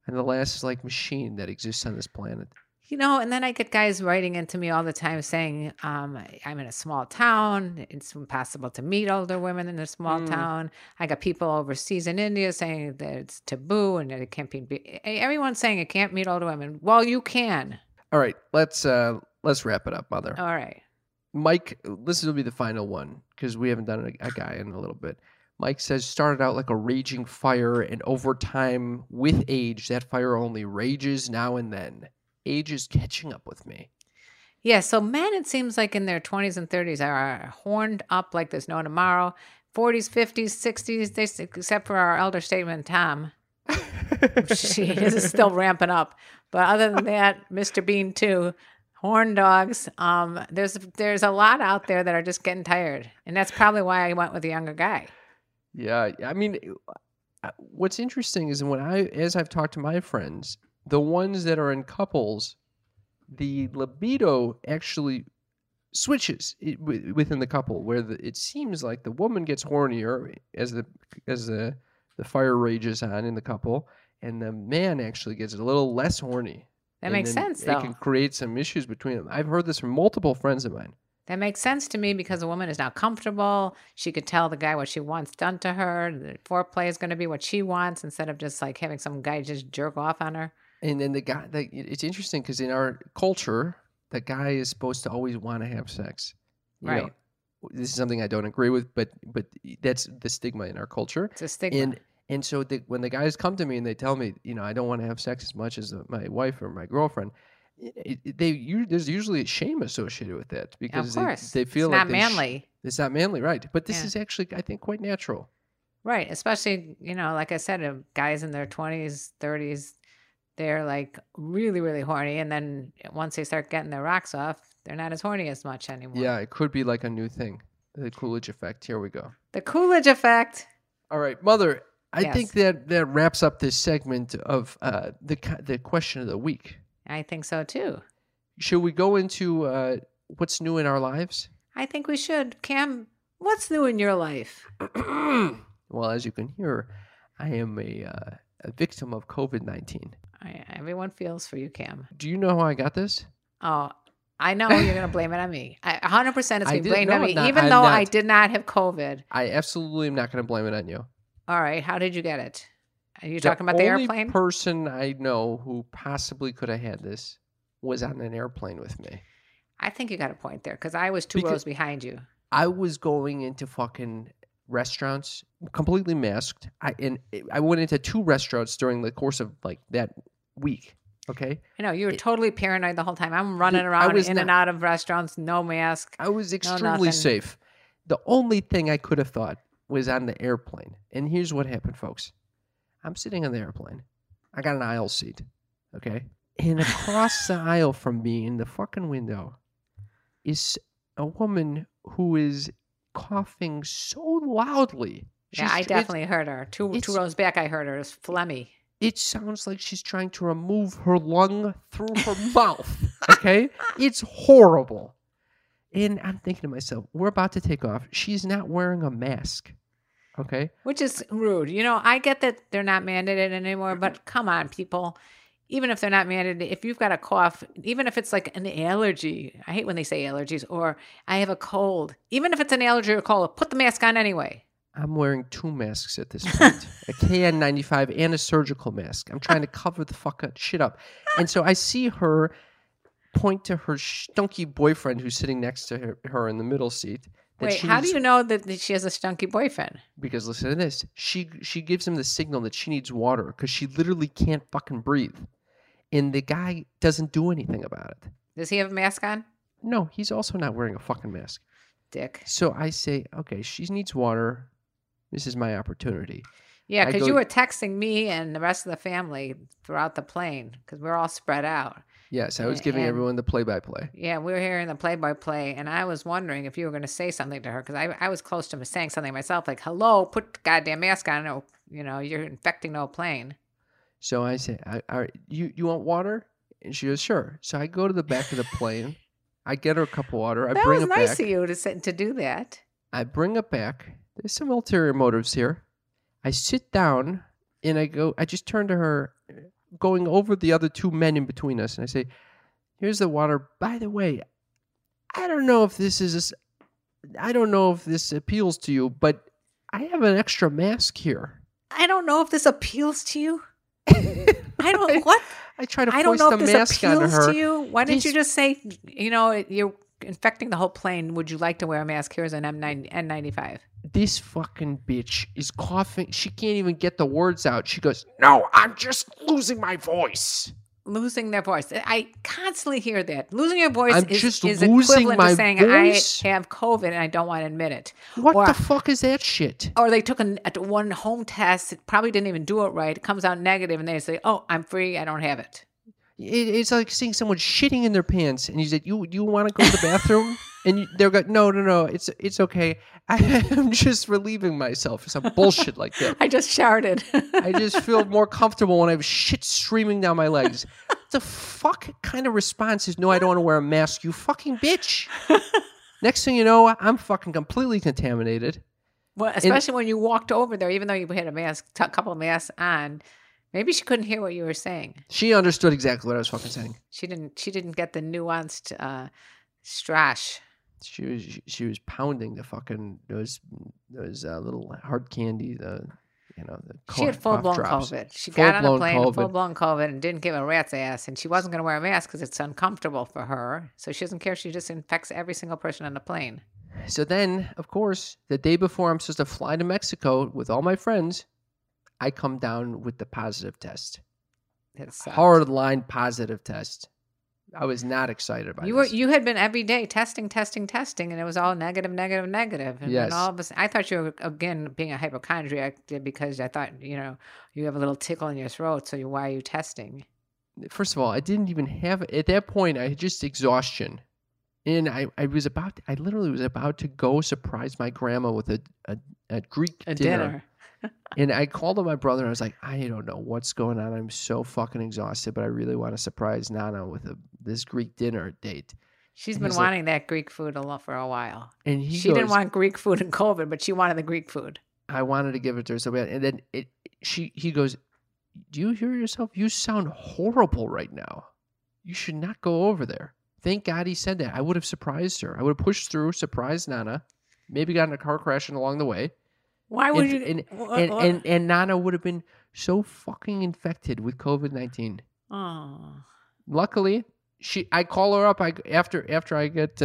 [SPEAKER 2] and the last like machine that exists on this planet.
[SPEAKER 1] you know, and then I get guys writing into me all the time saying, um, "I'm in a small town. It's impossible to meet older women in a small
[SPEAKER 2] Mm.
[SPEAKER 1] town." I got people overseas in India saying that it's taboo and that it can't be- be. Everyone's saying it can't meet older women. Well, you can.
[SPEAKER 2] All right, let's uh let's wrap it up, mother.
[SPEAKER 1] All right.
[SPEAKER 2] Mike, this will be the final one because we haven't done a, a guy in a little bit. Mike says started out like a raging fire, and over time, with age, that fire only rages now and then. Age is catching up with me.
[SPEAKER 1] Yeah, so men, it seems like in their 20s and 30s are horned up like there's no tomorrow. 40s, 50s, 60s, they, except for our elder statesman, Tom. she is still ramping up. But other than that, Mr. Bean too, horn dogs. Um, there's there's a lot out there that are just getting tired, and that's probably why I went with a younger guy.
[SPEAKER 2] Yeah, I mean, uh, what's interesting is when I, as I've talked to my friends, the ones that are in couples, the libido actually switches i- wi- within the couple, where the, it seems like the woman gets hornier as the as the the fire rages on in the couple, and the man actually gets a little less horny.
[SPEAKER 1] That
[SPEAKER 2] And
[SPEAKER 1] makes
[SPEAKER 2] then
[SPEAKER 1] sense, though.
[SPEAKER 2] It can create some issues between them. I've heard this from multiple friends of mine.
[SPEAKER 1] That makes sense to me because a woman is now comfortable. She could tell the guy what she wants done to her. The foreplay is going to be what she wants instead of just like having some guy just jerk off on her.
[SPEAKER 2] And then the guy, the, it's interesting because in our culture, the guy is supposed to always want to have sex. You know,
[SPEAKER 1] Right.
[SPEAKER 2] this is something I don't agree with, but but that's the stigma in our culture.
[SPEAKER 1] It's a stigma.
[SPEAKER 2] And and so the, when the guys come to me and they tell me, you know, I don't want to have sex as much as uh, my wife or my girlfriend, it, it- they you, there's usually a shame associated with that because
[SPEAKER 1] of course,
[SPEAKER 2] they, they feel
[SPEAKER 1] it's
[SPEAKER 2] like
[SPEAKER 1] not
[SPEAKER 2] they sh-
[SPEAKER 1] manly.
[SPEAKER 2] it's not manly, right? But this
[SPEAKER 1] Yeah.
[SPEAKER 2] is actually, I think, quite natural.
[SPEAKER 1] Right. Especially, you know, like I said, uh, guys in their 20s, 30s, they're like really, really horny. And then once they start getting their rocks off, they're not as horny as much anymore.
[SPEAKER 2] Yeah, it could be like a new thing. The Coolidge effect. Here we go.
[SPEAKER 1] The Coolidge effect.
[SPEAKER 2] All right, mother. I
[SPEAKER 1] Yes.
[SPEAKER 2] think that that wraps up this segment of uh, the co- the question of the week.
[SPEAKER 1] I think so too.
[SPEAKER 2] Should we go into uh, what's new in our lives?
[SPEAKER 1] I think we should. Cam, what's new in your life?
[SPEAKER 2] well, as you can hear, I am a uh, a victim of COVID nineteen.
[SPEAKER 1] I, everyone feels for you, Cam.
[SPEAKER 2] Do you know how I got this?
[SPEAKER 1] Oh, I know you're going to blame it on me. I, 100% it's
[SPEAKER 2] I
[SPEAKER 1] going to
[SPEAKER 2] did-
[SPEAKER 1] be blamed
[SPEAKER 2] no,
[SPEAKER 1] on
[SPEAKER 2] I'm
[SPEAKER 1] me,
[SPEAKER 2] not-
[SPEAKER 1] even
[SPEAKER 2] I'm
[SPEAKER 1] though I
[SPEAKER 2] not.
[SPEAKER 1] did not have COVID.
[SPEAKER 2] I absolutely am not going to blame it on you.
[SPEAKER 1] All right. How did you get it? Are you talking about the
[SPEAKER 2] only
[SPEAKER 1] airplane?
[SPEAKER 2] person I know who possibly could have had this was on an airplane with me.
[SPEAKER 1] I think you got a point there because I was two
[SPEAKER 2] Because-
[SPEAKER 1] rows behind you.
[SPEAKER 2] I was going into fucking restaurants completely masked. I and I went into two restaurants during the course of like that week. Okay,
[SPEAKER 1] I know you were
[SPEAKER 2] It-
[SPEAKER 1] totally paranoid the whole time. I'm running around
[SPEAKER 2] was
[SPEAKER 1] in and out of restaurants, no mask.
[SPEAKER 2] I was extremely
[SPEAKER 1] nothing.
[SPEAKER 2] safe. The only thing I could have thought was on the airplane. And here's what happened, folks. I'm sitting on the airplane. I got an aisle seat. Okay, and across the aisle from me in the fucking window is a woman who is coughing so loudly.
[SPEAKER 1] yeah, I
[SPEAKER 2] it's-
[SPEAKER 1] definitely heard her. Two two
[SPEAKER 2] it's-
[SPEAKER 1] rows back, I heard her. It was phlegmy.
[SPEAKER 2] it sounds like she's trying to remove her lung through her mouth. Okay? It's horrible. And I'm thinking to myself, we're about to take off. She's not wearing a mask. Okay?
[SPEAKER 1] which is rude. You know, I get that they're not mandated anymore,
[SPEAKER 2] Mm-hmm.
[SPEAKER 1] but come on, people. Even if they're not mandated, if you've got a cough, even if it's like an allergy, I hate when they say allergies, or I have a cold, even if it's an allergy or cold, put the mask on anyway.
[SPEAKER 2] I'm wearing two masks at this point a KN95 and a surgical mask. I'm trying to cover the fuck up, shit up. And so I see her point to her stunky boyfriend who's sitting next to her, her in the middle seat. that
[SPEAKER 1] Wait,
[SPEAKER 2] she
[SPEAKER 1] how do
[SPEAKER 2] needs-
[SPEAKER 1] you know that, that she has a stunky boyfriend?
[SPEAKER 2] because listen to this. She she gives him the signal that she needs water because she literally can't fucking breathe, and the guy doesn't do anything about it.
[SPEAKER 1] Does he have a mask on?
[SPEAKER 2] No, he's also not wearing a fucking mask.
[SPEAKER 1] Dick.
[SPEAKER 2] So I say, okay, she needs water. This is my opportunity.
[SPEAKER 1] Yeah,
[SPEAKER 2] I
[SPEAKER 1] because
[SPEAKER 2] go-
[SPEAKER 1] you were texting me and the rest of the family throughout the plane because we're all spread out.
[SPEAKER 2] Yes, I was giving
[SPEAKER 1] And-
[SPEAKER 2] everyone the play-by-play.
[SPEAKER 1] Yeah, we were hearing the play by play, and I was wondering if you were going to say something to her because I, I was close to saying something myself, like, hello, put the goddamn mask on. Or, you know, you're infecting no plane.
[SPEAKER 2] So I say, I, all right, you you want water? And she goes, sure. So I go to the back of the plane. I get her a cup of water. I
[SPEAKER 1] that
[SPEAKER 2] bring
[SPEAKER 1] was
[SPEAKER 2] it
[SPEAKER 1] nice
[SPEAKER 2] back.
[SPEAKER 1] of you to, sit, to do that.
[SPEAKER 2] I bring it back. There's some ulterior motives here. I sit down and I go, I just turn to her, going over the other two men in between us, and I say, Here's the water. By the way, I don't know if this is, I don't know if this appeals to you, but I have an extra mask here.
[SPEAKER 1] I don't know if this appeals to you. I don't, what?
[SPEAKER 2] I try to
[SPEAKER 1] I don't
[SPEAKER 2] force
[SPEAKER 1] know
[SPEAKER 2] the
[SPEAKER 1] if this
[SPEAKER 2] mask on
[SPEAKER 1] appeals
[SPEAKER 2] her.
[SPEAKER 1] to you. Why didn't you
[SPEAKER 2] This-
[SPEAKER 1] just say, you know, it- you're infecting the whole plane. Would you like to wear a mask? Here's an M9, N95.
[SPEAKER 2] this fucking bitch is coughing. She can't even get the words out. She goes, No, I'm just losing my voice.
[SPEAKER 1] losing their voice. I constantly hear that. Losing your voice
[SPEAKER 2] I'm
[SPEAKER 1] is,
[SPEAKER 2] just
[SPEAKER 1] is
[SPEAKER 2] losing
[SPEAKER 1] equivalent
[SPEAKER 2] my
[SPEAKER 1] to saying
[SPEAKER 2] voice?
[SPEAKER 1] I have COVID and I don't want to admit it.
[SPEAKER 2] What
[SPEAKER 1] or,
[SPEAKER 2] the fuck is that shit?
[SPEAKER 1] or they took an, at one home test, it probably didn't even do it right. It comes out negative and they say, "Oh, I'm free. I don't have it."
[SPEAKER 2] It, it's like seeing someone shitting in their pants, and you said, "You you want to go to the bathroom?" and you, they're like, "No, no, no. It's it's okay. I am just relieving myself or some bullshit like that.
[SPEAKER 1] I just shouted.
[SPEAKER 2] I just feel more comfortable when I have shit streaming down my legs." The fuck kind of response is, "No, I don't want to wear a mask. You fucking bitch." Next thing you know, I'm fucking completely contaminated.
[SPEAKER 1] well, especially when you walked over there, even though you had a mask, t- couple of masks on. Maybe she couldn't hear what you were saying.
[SPEAKER 2] She understood exactly what I was fucking saying.
[SPEAKER 1] She didn't. She didn't get the nuanced uh, strash.
[SPEAKER 2] she was she- she was pounding the fucking those those uh, little hard candy the you know the
[SPEAKER 1] She had
[SPEAKER 2] cough-
[SPEAKER 1] full
[SPEAKER 2] cough
[SPEAKER 1] blown
[SPEAKER 2] drops.
[SPEAKER 1] COVID. She got on a
[SPEAKER 2] Full-blown
[SPEAKER 1] plane,
[SPEAKER 2] COVID.
[SPEAKER 1] full blown COVID, and didn't give a rat's ass. And she wasn't going to wear a mask because it's uncomfortable for her. So she doesn't care. She just infects every single person on the plane.
[SPEAKER 2] So then, of course, the day before I'm supposed to fly to Mexico with all my friends, I come down with the positive test,
[SPEAKER 1] It's
[SPEAKER 2] hard line positive test. I was not excited about
[SPEAKER 1] You were
[SPEAKER 2] this.
[SPEAKER 1] you had been every day testing, testing, testing, and it was all negative, negative, negative. And
[SPEAKER 2] Yes.
[SPEAKER 1] then all of a sudden, I thought you were again being a hypochondriac uh, because I thought you know you have a little tickle in your throat, so you, why are you testing?
[SPEAKER 2] First of all, I didn't even have at that point. I had just exhaustion, and I, I was about I literally was about to go surprise my grandma with a a, a Greek
[SPEAKER 1] A
[SPEAKER 2] dinner.
[SPEAKER 1] dinner.
[SPEAKER 2] And I called on my brother and I was like, I don't know what's going on. I'm so fucking exhausted, but I really want to surprise Nana with a, this Greek dinner date.
[SPEAKER 1] She's
[SPEAKER 2] And
[SPEAKER 1] been
[SPEAKER 2] he's like-
[SPEAKER 1] wanting that Greek food a lot for a while.
[SPEAKER 2] And he
[SPEAKER 1] she
[SPEAKER 2] goes,
[SPEAKER 1] didn't want Greek food in COVID, but she wanted the Greek food.
[SPEAKER 2] I wanted to give it to her so bad. And then it, she, he goes, Do you hear yourself? You sound horrible right now. You should not go over there. Thank God he said that. I would have surprised her. I would have pushed through, surprised Nana, maybe got in a car crash along the way.
[SPEAKER 1] Why would
[SPEAKER 2] And,
[SPEAKER 1] you? uh,
[SPEAKER 2] and,
[SPEAKER 1] wha-
[SPEAKER 2] and,
[SPEAKER 1] wha-
[SPEAKER 2] and, and Nana would have been so fucking infected with COVID 19.
[SPEAKER 1] oh.
[SPEAKER 2] luckily she i call her up I, after after i get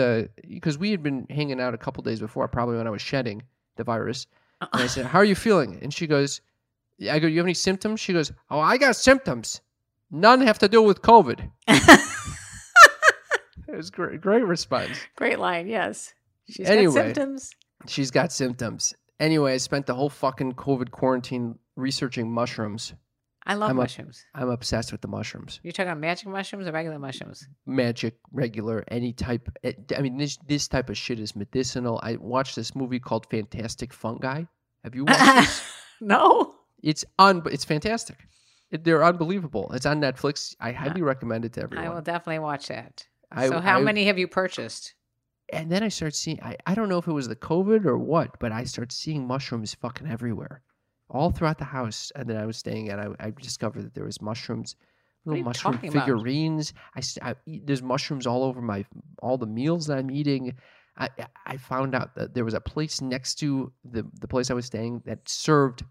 [SPEAKER 2] because we had been hanging out a couple days before probably when i was shedding the virus and i said how are you feeling and she goes i go you have any symptoms she goes oh i got symptoms none have to do with covid it was great great response
[SPEAKER 1] Great line, yes. She's
[SPEAKER 2] Anyway.
[SPEAKER 1] got symptoms.
[SPEAKER 2] she's got symptoms anyway i spent the whole fucking covid quarantine researching mushrooms
[SPEAKER 1] I love
[SPEAKER 2] I'm a-
[SPEAKER 1] mushrooms.
[SPEAKER 2] i'm obsessed with the mushrooms
[SPEAKER 1] You're talking about magic mushrooms or regular mushrooms?
[SPEAKER 2] magic, regular, any type. eh, I mean, this this type of shit is medicinal. I watched this movie called Fantastic Fungi. Have you watched this?
[SPEAKER 1] no.
[SPEAKER 2] It's un. It's fantastic. It, they're unbelievable. It's on Netflix. I highly recommend it to everyone.
[SPEAKER 1] I will definitely watch that.
[SPEAKER 2] I-
[SPEAKER 1] so how
[SPEAKER 2] I-
[SPEAKER 1] many have you purchased?
[SPEAKER 2] And then I start seeing. I, I don't know if it was the COVID or what, but I start seeing mushrooms fucking everywhere, all throughout the house. And then I was staying at. I, I discovered that there was mushrooms,
[SPEAKER 1] What are
[SPEAKER 2] little
[SPEAKER 1] you
[SPEAKER 2] mushroom
[SPEAKER 1] talking about?
[SPEAKER 2] figurines. I, s- I eat, there's mushrooms all over my all the meals that I'm eating. I I- I found out that there was a place next to the the place I was staying that served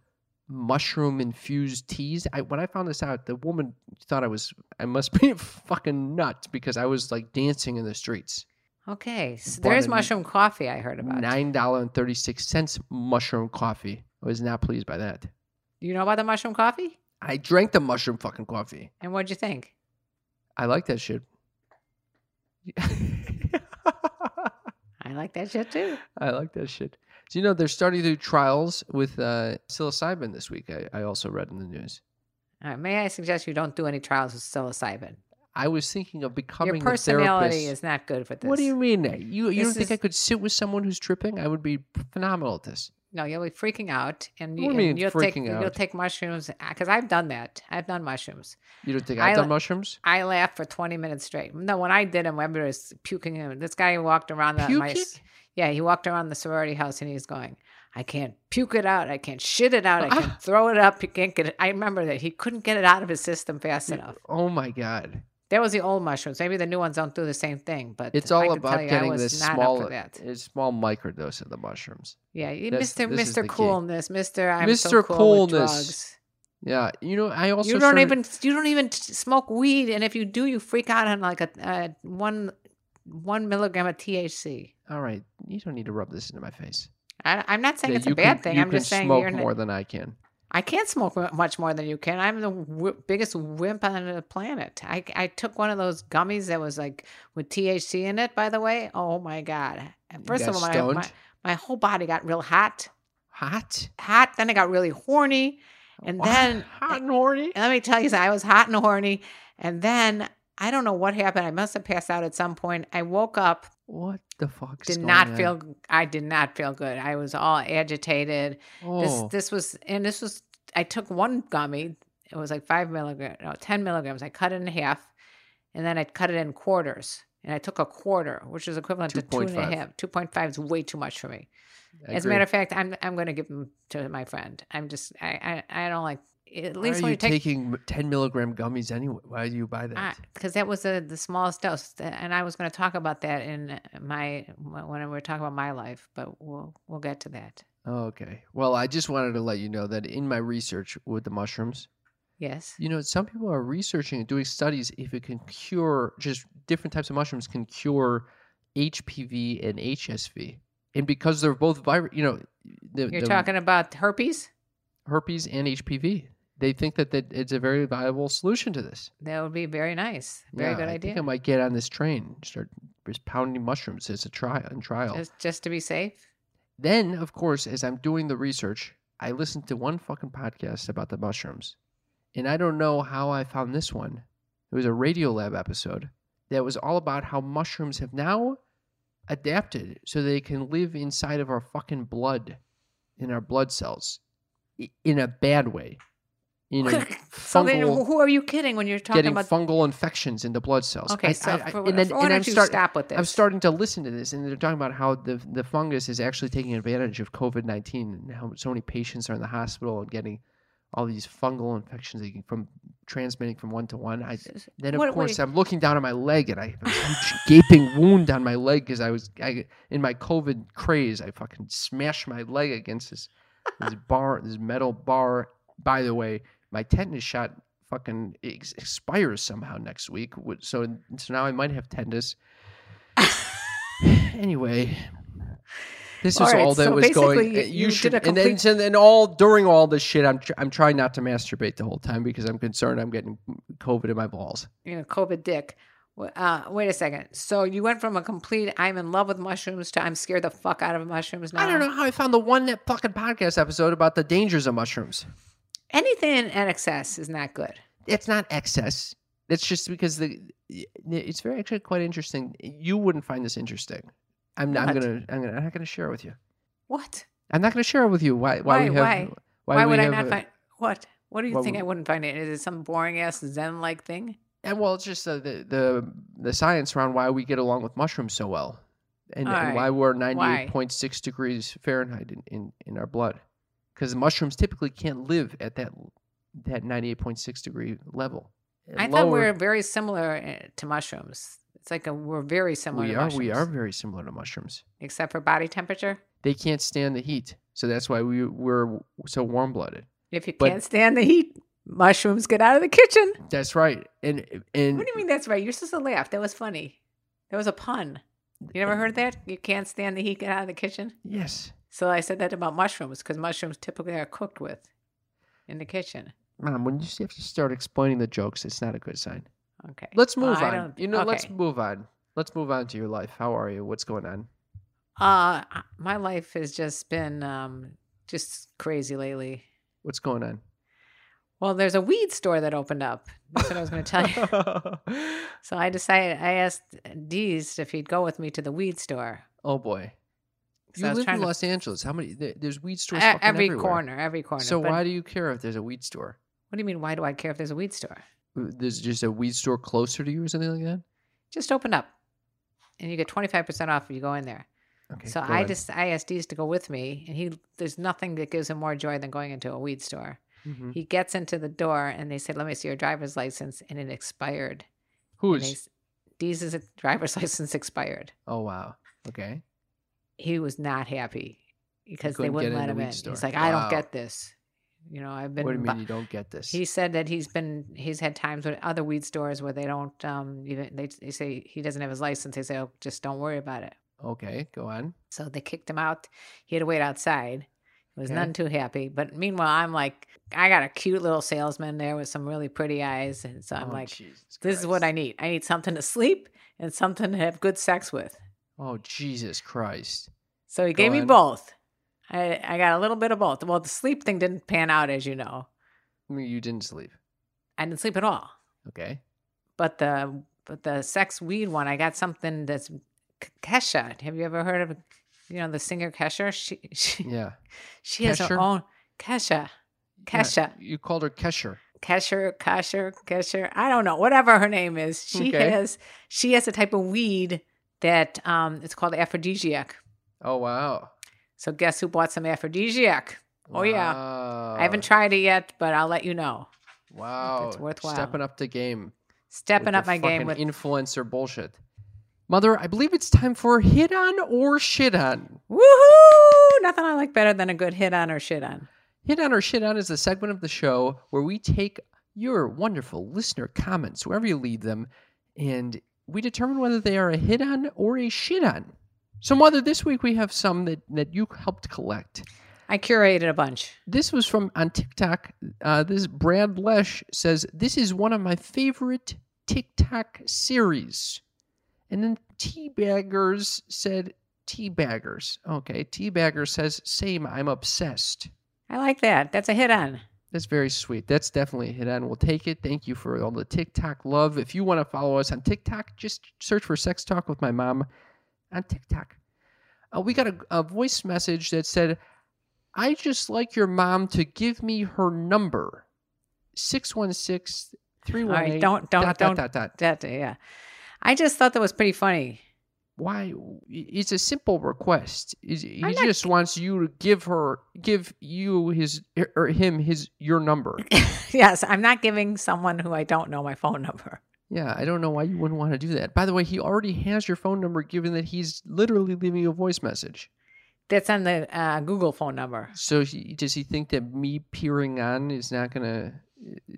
[SPEAKER 2] mushroom infused teas. I when I found this out, the woman thought I was I must be fucking nuts because I was like dancing in the streets.
[SPEAKER 1] Okay. So
[SPEAKER 2] Bought
[SPEAKER 1] there's
[SPEAKER 2] a-
[SPEAKER 1] mushroom coffee I heard about.
[SPEAKER 2] Nine dollar and thirty six cents mushroom coffee. I was not pleased by that.
[SPEAKER 1] Do you know about the mushroom coffee?
[SPEAKER 2] I drank the mushroom fucking coffee.
[SPEAKER 1] And what'd you think?
[SPEAKER 2] I like that shit.
[SPEAKER 1] I like that shit too.
[SPEAKER 2] I like that shit. Do you know they're starting to do trials with uh, psilocybin this week? I, I also read in the news.
[SPEAKER 1] All right, may I suggest you don't do any trials with psilocybin?
[SPEAKER 2] I was thinking of becoming
[SPEAKER 1] Your
[SPEAKER 2] the
[SPEAKER 1] personality
[SPEAKER 2] therapist.
[SPEAKER 1] is not good for this.
[SPEAKER 2] What do you mean? You you don't
[SPEAKER 1] This
[SPEAKER 2] think I
[SPEAKER 1] is-
[SPEAKER 2] could sit with someone who's tripping? I would be phenomenal at this.
[SPEAKER 1] No, you'll be freaking out, and,
[SPEAKER 2] What do
[SPEAKER 1] you,
[SPEAKER 2] you
[SPEAKER 1] and
[SPEAKER 2] mean
[SPEAKER 1] you'll take
[SPEAKER 2] freaking
[SPEAKER 1] you'll
[SPEAKER 2] out?
[SPEAKER 1] take mushrooms because I've done that. I've done mushrooms.
[SPEAKER 2] You don't think
[SPEAKER 1] I
[SPEAKER 2] I've done
[SPEAKER 1] li-
[SPEAKER 2] mushrooms?
[SPEAKER 1] I laughed for 20 minutes straight. No, when I did him, everybody was puking him. This guy walked around the my,
[SPEAKER 2] Puking?
[SPEAKER 1] yeah, he walked around the sorority house and he was going, I can't puke it out. I can't shit it out. I can't throw it up. You can't get it. I remember that he couldn't get it out of his system fast enough.
[SPEAKER 2] Oh my god!
[SPEAKER 1] That was the old mushrooms. Maybe the new ones don't do the same thing, but
[SPEAKER 2] It's
[SPEAKER 1] I
[SPEAKER 2] all
[SPEAKER 1] can tell
[SPEAKER 2] about
[SPEAKER 1] you, I
[SPEAKER 2] getting
[SPEAKER 1] was
[SPEAKER 2] this
[SPEAKER 1] not up
[SPEAKER 2] small,
[SPEAKER 1] for that.
[SPEAKER 2] a small microdose of the mushrooms.
[SPEAKER 1] Yeah, you-
[SPEAKER 2] That's-
[SPEAKER 1] Mr.
[SPEAKER 2] this is the
[SPEAKER 1] Mr.
[SPEAKER 2] key.
[SPEAKER 1] Coolness, Mr. I'm so
[SPEAKER 2] Mr.
[SPEAKER 1] cool with
[SPEAKER 2] Coolness.
[SPEAKER 1] drugs.
[SPEAKER 2] Yeah, you know, I also
[SPEAKER 1] you don't
[SPEAKER 2] started-
[SPEAKER 1] even you don't even t- smoke weed, and if you do, you freak out on like a, a one one milligram of THC.
[SPEAKER 2] All right, you don't need to rub this into my face.
[SPEAKER 1] I, I'm not saying
[SPEAKER 2] That
[SPEAKER 1] it's a
[SPEAKER 2] you
[SPEAKER 1] bad
[SPEAKER 2] can-
[SPEAKER 1] thing.
[SPEAKER 2] you
[SPEAKER 1] I'm
[SPEAKER 2] can
[SPEAKER 1] just saying
[SPEAKER 2] smoke
[SPEAKER 1] you're not-
[SPEAKER 2] more than I can.
[SPEAKER 1] I can't smoke mu- much more than you can. I'm the w- biggest wimp on the planet. I, I took one of those gummies that was like with THC in it, by the way. Oh my God. First of
[SPEAKER 2] got
[SPEAKER 1] all, my,
[SPEAKER 2] stoned?
[SPEAKER 1] my, my whole body got real hot,
[SPEAKER 2] Hot.
[SPEAKER 1] hot. Then I got really horny. And then
[SPEAKER 2] hot and horny.
[SPEAKER 1] let me tell you something. I was hot and horny. And then I don't know what happened. I must have passed out at some point. I woke up,
[SPEAKER 2] What the fuck?
[SPEAKER 1] did not feel, I did not feel good. I was all agitated.
[SPEAKER 2] Oh,
[SPEAKER 1] This this was and this was I took one gummy. It was like five milligrams, no, ten milligrams. I cut it in half, and then I cut it in quarters. And I took a quarter, which is equivalent to two and a
[SPEAKER 2] 2.5.
[SPEAKER 1] half. Two point five is way too much for me.
[SPEAKER 2] I
[SPEAKER 1] As a
[SPEAKER 2] agree.
[SPEAKER 1] matter of fact, I'm I'm going to give them to my friend. I'm just I I, I don't like at
[SPEAKER 2] Why
[SPEAKER 1] least
[SPEAKER 2] are you
[SPEAKER 1] when you take
[SPEAKER 2] taking ten milligram gummies anyway? Why do you buy that?
[SPEAKER 1] because that was the the smallest dose, th- and I was going to talk about that in my when we were talking about my life, but we'll we'll get to that.
[SPEAKER 2] Oh, okay. Well, I just wanted to let you know that in my research with the mushrooms,
[SPEAKER 1] Yes.
[SPEAKER 2] you know, some people are researching and doing studies if it can cure just different types of mushrooms can cure HPV and HSV. And because they're both virus, you know, the,
[SPEAKER 1] You're
[SPEAKER 2] the
[SPEAKER 1] talking about herpes.
[SPEAKER 2] herpes and HPV. They think that, that it's a very viable solution to this.
[SPEAKER 1] That would be very nice. Very
[SPEAKER 2] Yeah,
[SPEAKER 1] good
[SPEAKER 2] I
[SPEAKER 1] idea.
[SPEAKER 2] Think I might get on this train, start just pounding mushrooms as a trial and trial.
[SPEAKER 1] Just, just to be safe.
[SPEAKER 2] Then, of course, as I'm doing the research, I listened to one fucking podcast about the mushrooms. And I don't know how I found this one. It was a Radiolab episode that was all about how mushrooms have now adapted so they can live inside of our fucking blood, in our blood cells, i- in a bad way. You know,
[SPEAKER 1] So then,
[SPEAKER 2] fungal-
[SPEAKER 1] wh- who are you kidding when you're talking
[SPEAKER 2] getting
[SPEAKER 1] about?
[SPEAKER 2] fungal infections in the blood cells.
[SPEAKER 1] Okay,
[SPEAKER 2] I-
[SPEAKER 1] so
[SPEAKER 2] I- I-
[SPEAKER 1] for-
[SPEAKER 2] and then,
[SPEAKER 1] for- why
[SPEAKER 2] and
[SPEAKER 1] don't
[SPEAKER 2] I'm,
[SPEAKER 1] you
[SPEAKER 2] start-
[SPEAKER 1] stop with
[SPEAKER 2] I'm
[SPEAKER 1] this?
[SPEAKER 2] starting to listen to this, and they're talking about how the the fungus is actually taking advantage of COVID nineteen, and how so many patients are in the hospital and getting all these fungal infections that you can- from transmitting from one to one. I, then of
[SPEAKER 1] what-
[SPEAKER 2] course
[SPEAKER 1] wait.
[SPEAKER 2] I'm looking down at my leg, and I have a huge gaping wound on my leg because I was I, in my COVID craze. I fucking smashed my leg against this this bar, this metal bar. By the way, my tetanus shot fucking ex- expires somehow next week. wh- So so now I might have tetanus. anyway, this
[SPEAKER 1] All
[SPEAKER 2] is
[SPEAKER 1] right,
[SPEAKER 2] all that
[SPEAKER 1] so
[SPEAKER 2] was going.
[SPEAKER 1] basically
[SPEAKER 2] uh,
[SPEAKER 1] you- you did a
[SPEAKER 2] and then
[SPEAKER 1] complete-
[SPEAKER 2] and then all during all this shit, I'm tr- I'm trying not to masturbate the whole time because I'm concerned I'm getting COVID in my balls.
[SPEAKER 1] You know, COVID dick. Wh- Uh, wait a second. So you went from a complete "I'm in love with mushrooms" to "I'm scared the fuck out of mushrooms." Now
[SPEAKER 2] I don't know how I found the one that fucking podcast episode about the dangers of mushrooms.
[SPEAKER 1] Anything in excess is not good.
[SPEAKER 2] it's not excess. It's just because the it's very actually quite interesting. You wouldn't find this interesting. I'm not I'm
[SPEAKER 1] What?
[SPEAKER 2] gonna I'm, gonna, I'm not gonna share it with you.
[SPEAKER 1] What?
[SPEAKER 2] I'm not gonna share it with you. Why? Why? we
[SPEAKER 1] Why-
[SPEAKER 2] have,
[SPEAKER 1] why?
[SPEAKER 2] why
[SPEAKER 1] Why,
[SPEAKER 2] we
[SPEAKER 1] would I
[SPEAKER 2] have
[SPEAKER 1] not
[SPEAKER 2] a-
[SPEAKER 1] find what? What do you
[SPEAKER 2] why
[SPEAKER 1] think
[SPEAKER 2] would-
[SPEAKER 1] I wouldn't find it? Is it some boring ass Zen like thing?
[SPEAKER 2] And well, it's just uh, the the the science around why we get along with mushrooms so well, and,
[SPEAKER 1] All
[SPEAKER 2] and
[SPEAKER 1] right.
[SPEAKER 2] why we're 98.6 degrees Fahrenheit in, in, in our blood, because mushrooms typically can't live at that that 98.6 degree level.
[SPEAKER 1] I thought we were very similar eh, to mushrooms. It's like a, we're very similar.
[SPEAKER 2] we
[SPEAKER 1] to
[SPEAKER 2] are
[SPEAKER 1] mushrooms,
[SPEAKER 2] we are very similar to mushrooms.
[SPEAKER 1] except for body temperature.
[SPEAKER 2] they can't stand the heat. So that's why we we're so warm blooded.
[SPEAKER 1] If you
[SPEAKER 2] But-
[SPEAKER 1] can't stand the heat, mushrooms get out of the kitchen.
[SPEAKER 2] That's right. And and
[SPEAKER 1] What do you mean that's right? You're supposed to laugh. That was funny. That was a pun. You never heard that? You can't stand the heat, get out of the kitchen.
[SPEAKER 2] yes,
[SPEAKER 1] So I said that about mushrooms because mushrooms typically are cooked with in the kitchen.
[SPEAKER 2] mom, when you have to start explaining the jokes, it's not a good sign.
[SPEAKER 1] Okay.
[SPEAKER 2] Let's
[SPEAKER 1] Well,
[SPEAKER 2] move
[SPEAKER 1] I
[SPEAKER 2] on.
[SPEAKER 1] don't-
[SPEAKER 2] You know, let's
[SPEAKER 1] okay.
[SPEAKER 2] move on. Let's move on to your life. How are you? What's going on?
[SPEAKER 1] Uh, my life has just been um, just crazy lately.
[SPEAKER 2] What's going on?
[SPEAKER 1] Well, there's a weed store that opened up. That's what I was going to tell you. So I decided, I asked uh, Deez if he'd go with me to the weed store.
[SPEAKER 2] oh boy,
[SPEAKER 1] 'Cause
[SPEAKER 2] you
[SPEAKER 1] I was
[SPEAKER 2] live
[SPEAKER 1] trying
[SPEAKER 2] in
[SPEAKER 1] to-
[SPEAKER 2] Los Angeles. How many? There, there's weed
[SPEAKER 1] E-
[SPEAKER 2] stores fucking
[SPEAKER 1] every
[SPEAKER 2] everywhere.
[SPEAKER 1] corner, every corner.
[SPEAKER 2] So
[SPEAKER 1] But
[SPEAKER 2] why do you care if there's a weed store? Uh,
[SPEAKER 1] what do you mean? Why do I care if there's a weed store?
[SPEAKER 2] There's just a weed store closer to you or something like that.
[SPEAKER 1] just opened up and you get 25% off if you go in there.
[SPEAKER 2] Okay.
[SPEAKER 1] so
[SPEAKER 2] go
[SPEAKER 1] I
[SPEAKER 2] on.
[SPEAKER 1] just I asked Deez to go with me and he there's nothing that gives him more joy than going into a weed store.
[SPEAKER 2] Mhm.
[SPEAKER 1] He gets into the door and they say, "Let me see your driver's license," and it expired.
[SPEAKER 2] who
[SPEAKER 1] And they
[SPEAKER 2] is?
[SPEAKER 1] s- Deez's driver's license expired.
[SPEAKER 2] Oh wow. Okay.
[SPEAKER 1] He was not happy because they
[SPEAKER 2] couldn't
[SPEAKER 1] wouldn't
[SPEAKER 2] get in
[SPEAKER 1] let
[SPEAKER 2] the
[SPEAKER 1] him
[SPEAKER 2] weed
[SPEAKER 1] in.
[SPEAKER 2] store.
[SPEAKER 1] He's like, "I
[SPEAKER 2] Wow.
[SPEAKER 1] don't get this." You know, I've been
[SPEAKER 2] What do you
[SPEAKER 1] bu-
[SPEAKER 2] mean you don't get this?
[SPEAKER 1] He said that he's been he's had times with other weed stores where they don't um even they, they say he doesn't have his license. They say, "Oh, just don't worry about it."
[SPEAKER 2] okay, go on.
[SPEAKER 1] So they kicked him out. He had to wait outside. was
[SPEAKER 2] Okay.
[SPEAKER 1] none too happy. But meanwhile, I'm like, I got a cute little salesman there with some really pretty eyes. And so I'm
[SPEAKER 2] Oh,
[SPEAKER 1] like,
[SPEAKER 2] Jesus
[SPEAKER 1] this is what
[SPEAKER 2] Christ.
[SPEAKER 1] I need. I need something to sleep and something to have good sex with.
[SPEAKER 2] Oh Jesus Christ!
[SPEAKER 1] So he
[SPEAKER 2] Go
[SPEAKER 1] gave me
[SPEAKER 2] on.
[SPEAKER 1] both. I, I got a little bit of both. Well, the sleep thing didn't pan out, as you know.
[SPEAKER 2] I mean, you didn't sleep.
[SPEAKER 1] I didn't sleep at all.
[SPEAKER 2] Okay.
[SPEAKER 1] But the but the sex weed one, I got something that's K- Kesha. Have you ever heard of you know the singer Kesha? She she,
[SPEAKER 2] Yeah.
[SPEAKER 1] she has her
[SPEAKER 2] Kesher?
[SPEAKER 1] own Kesha.
[SPEAKER 2] Yeah,
[SPEAKER 1] Kesha.
[SPEAKER 2] You called her Kesher.
[SPEAKER 1] Kesher, Kesher, Kesher. I don't know. Whatever her name is. She
[SPEAKER 2] Okay.
[SPEAKER 1] has she has a type of weed that um it's called aphrodisiac.
[SPEAKER 2] Oh wow.
[SPEAKER 1] So guess who bought some aphrodisiac? Oh, yeah.
[SPEAKER 2] Wow.
[SPEAKER 1] I haven't tried it yet, but I'll let you know.
[SPEAKER 2] Wow.
[SPEAKER 1] worthwhile.
[SPEAKER 2] Stepping up the game.
[SPEAKER 1] Stepping
[SPEAKER 2] with
[SPEAKER 1] up
[SPEAKER 2] the
[SPEAKER 1] my
[SPEAKER 2] fucking
[SPEAKER 1] game with
[SPEAKER 2] influencer bullshit. Mother, I believe it's time for hit on or shit on.
[SPEAKER 1] woohoo! Nothing I like better than a good hit on or shit on.
[SPEAKER 2] Hit on or shit on is a segment of the show where we take your wonderful listener comments, wherever you leave them, and we determine whether they are a hit on or a shit on. So, Mother, this week we have some that, that you helped collect.
[SPEAKER 1] I curated a bunch.
[SPEAKER 2] This was from on TikTok. Uh, this Brad Lesh says this is one of my favorite TikTok series. And then Teabaggers said Teabaggers. Okay, Teabagger says same. I'm obsessed.
[SPEAKER 1] I like that. That's a hit on.
[SPEAKER 2] That's very sweet. That's definitely a hit on. We'll take it. Thank you for all the TikTok love. If you want to follow us on TikTok, just search for Sex Talk with My Mom on TikTok. Uh, we got a, a voice message that said, I just like your mom to give me her number 616 318.
[SPEAKER 1] don't- don't-
[SPEAKER 2] dot,
[SPEAKER 1] don't-
[SPEAKER 2] Dot, dot, dot.
[SPEAKER 1] That uh, yeah. I just thought that was pretty funny.
[SPEAKER 2] Why? It's a simple request. He he
[SPEAKER 1] I'm not-
[SPEAKER 2] just wants you to give her, give you his, or him his, your number.
[SPEAKER 1] yes, I'm not giving someone who I don't know my phone number.
[SPEAKER 2] Yeah, I don't know why you wouldn't want to do that. By the way, he already has your phone number given that he's literally leaving a voice message.
[SPEAKER 1] That's on the uh, Google phone number.
[SPEAKER 2] So he, does he think that me peering on is not gonna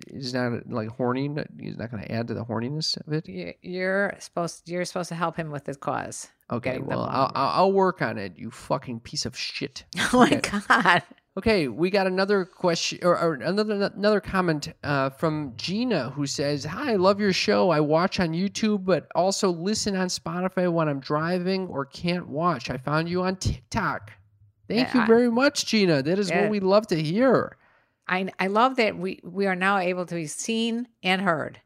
[SPEAKER 2] is not like horny? He's not gonna add to the horniness of it.
[SPEAKER 1] You- You're supposed you're supposed to help him with his cause.
[SPEAKER 2] Okay,
[SPEAKER 1] Getting the
[SPEAKER 2] well
[SPEAKER 1] phone
[SPEAKER 2] I'll,
[SPEAKER 1] number.
[SPEAKER 2] I'll I'll work on it. You fucking piece of shit.
[SPEAKER 1] Oh my
[SPEAKER 2] Okay.
[SPEAKER 1] god!
[SPEAKER 2] Okay, we got another question or, or another another comment uh, from Gina who says, "Hi, I love your show. I watch on YouTube, but also listen on Spotify when I'm driving or can't watch. I found you on TikTok. Thank
[SPEAKER 1] Yeah,
[SPEAKER 2] you
[SPEAKER 1] I-
[SPEAKER 2] very much, Gina. That is
[SPEAKER 1] Yeah.
[SPEAKER 2] what we love to hear.
[SPEAKER 1] I I love that we we are now able to be seen and heard.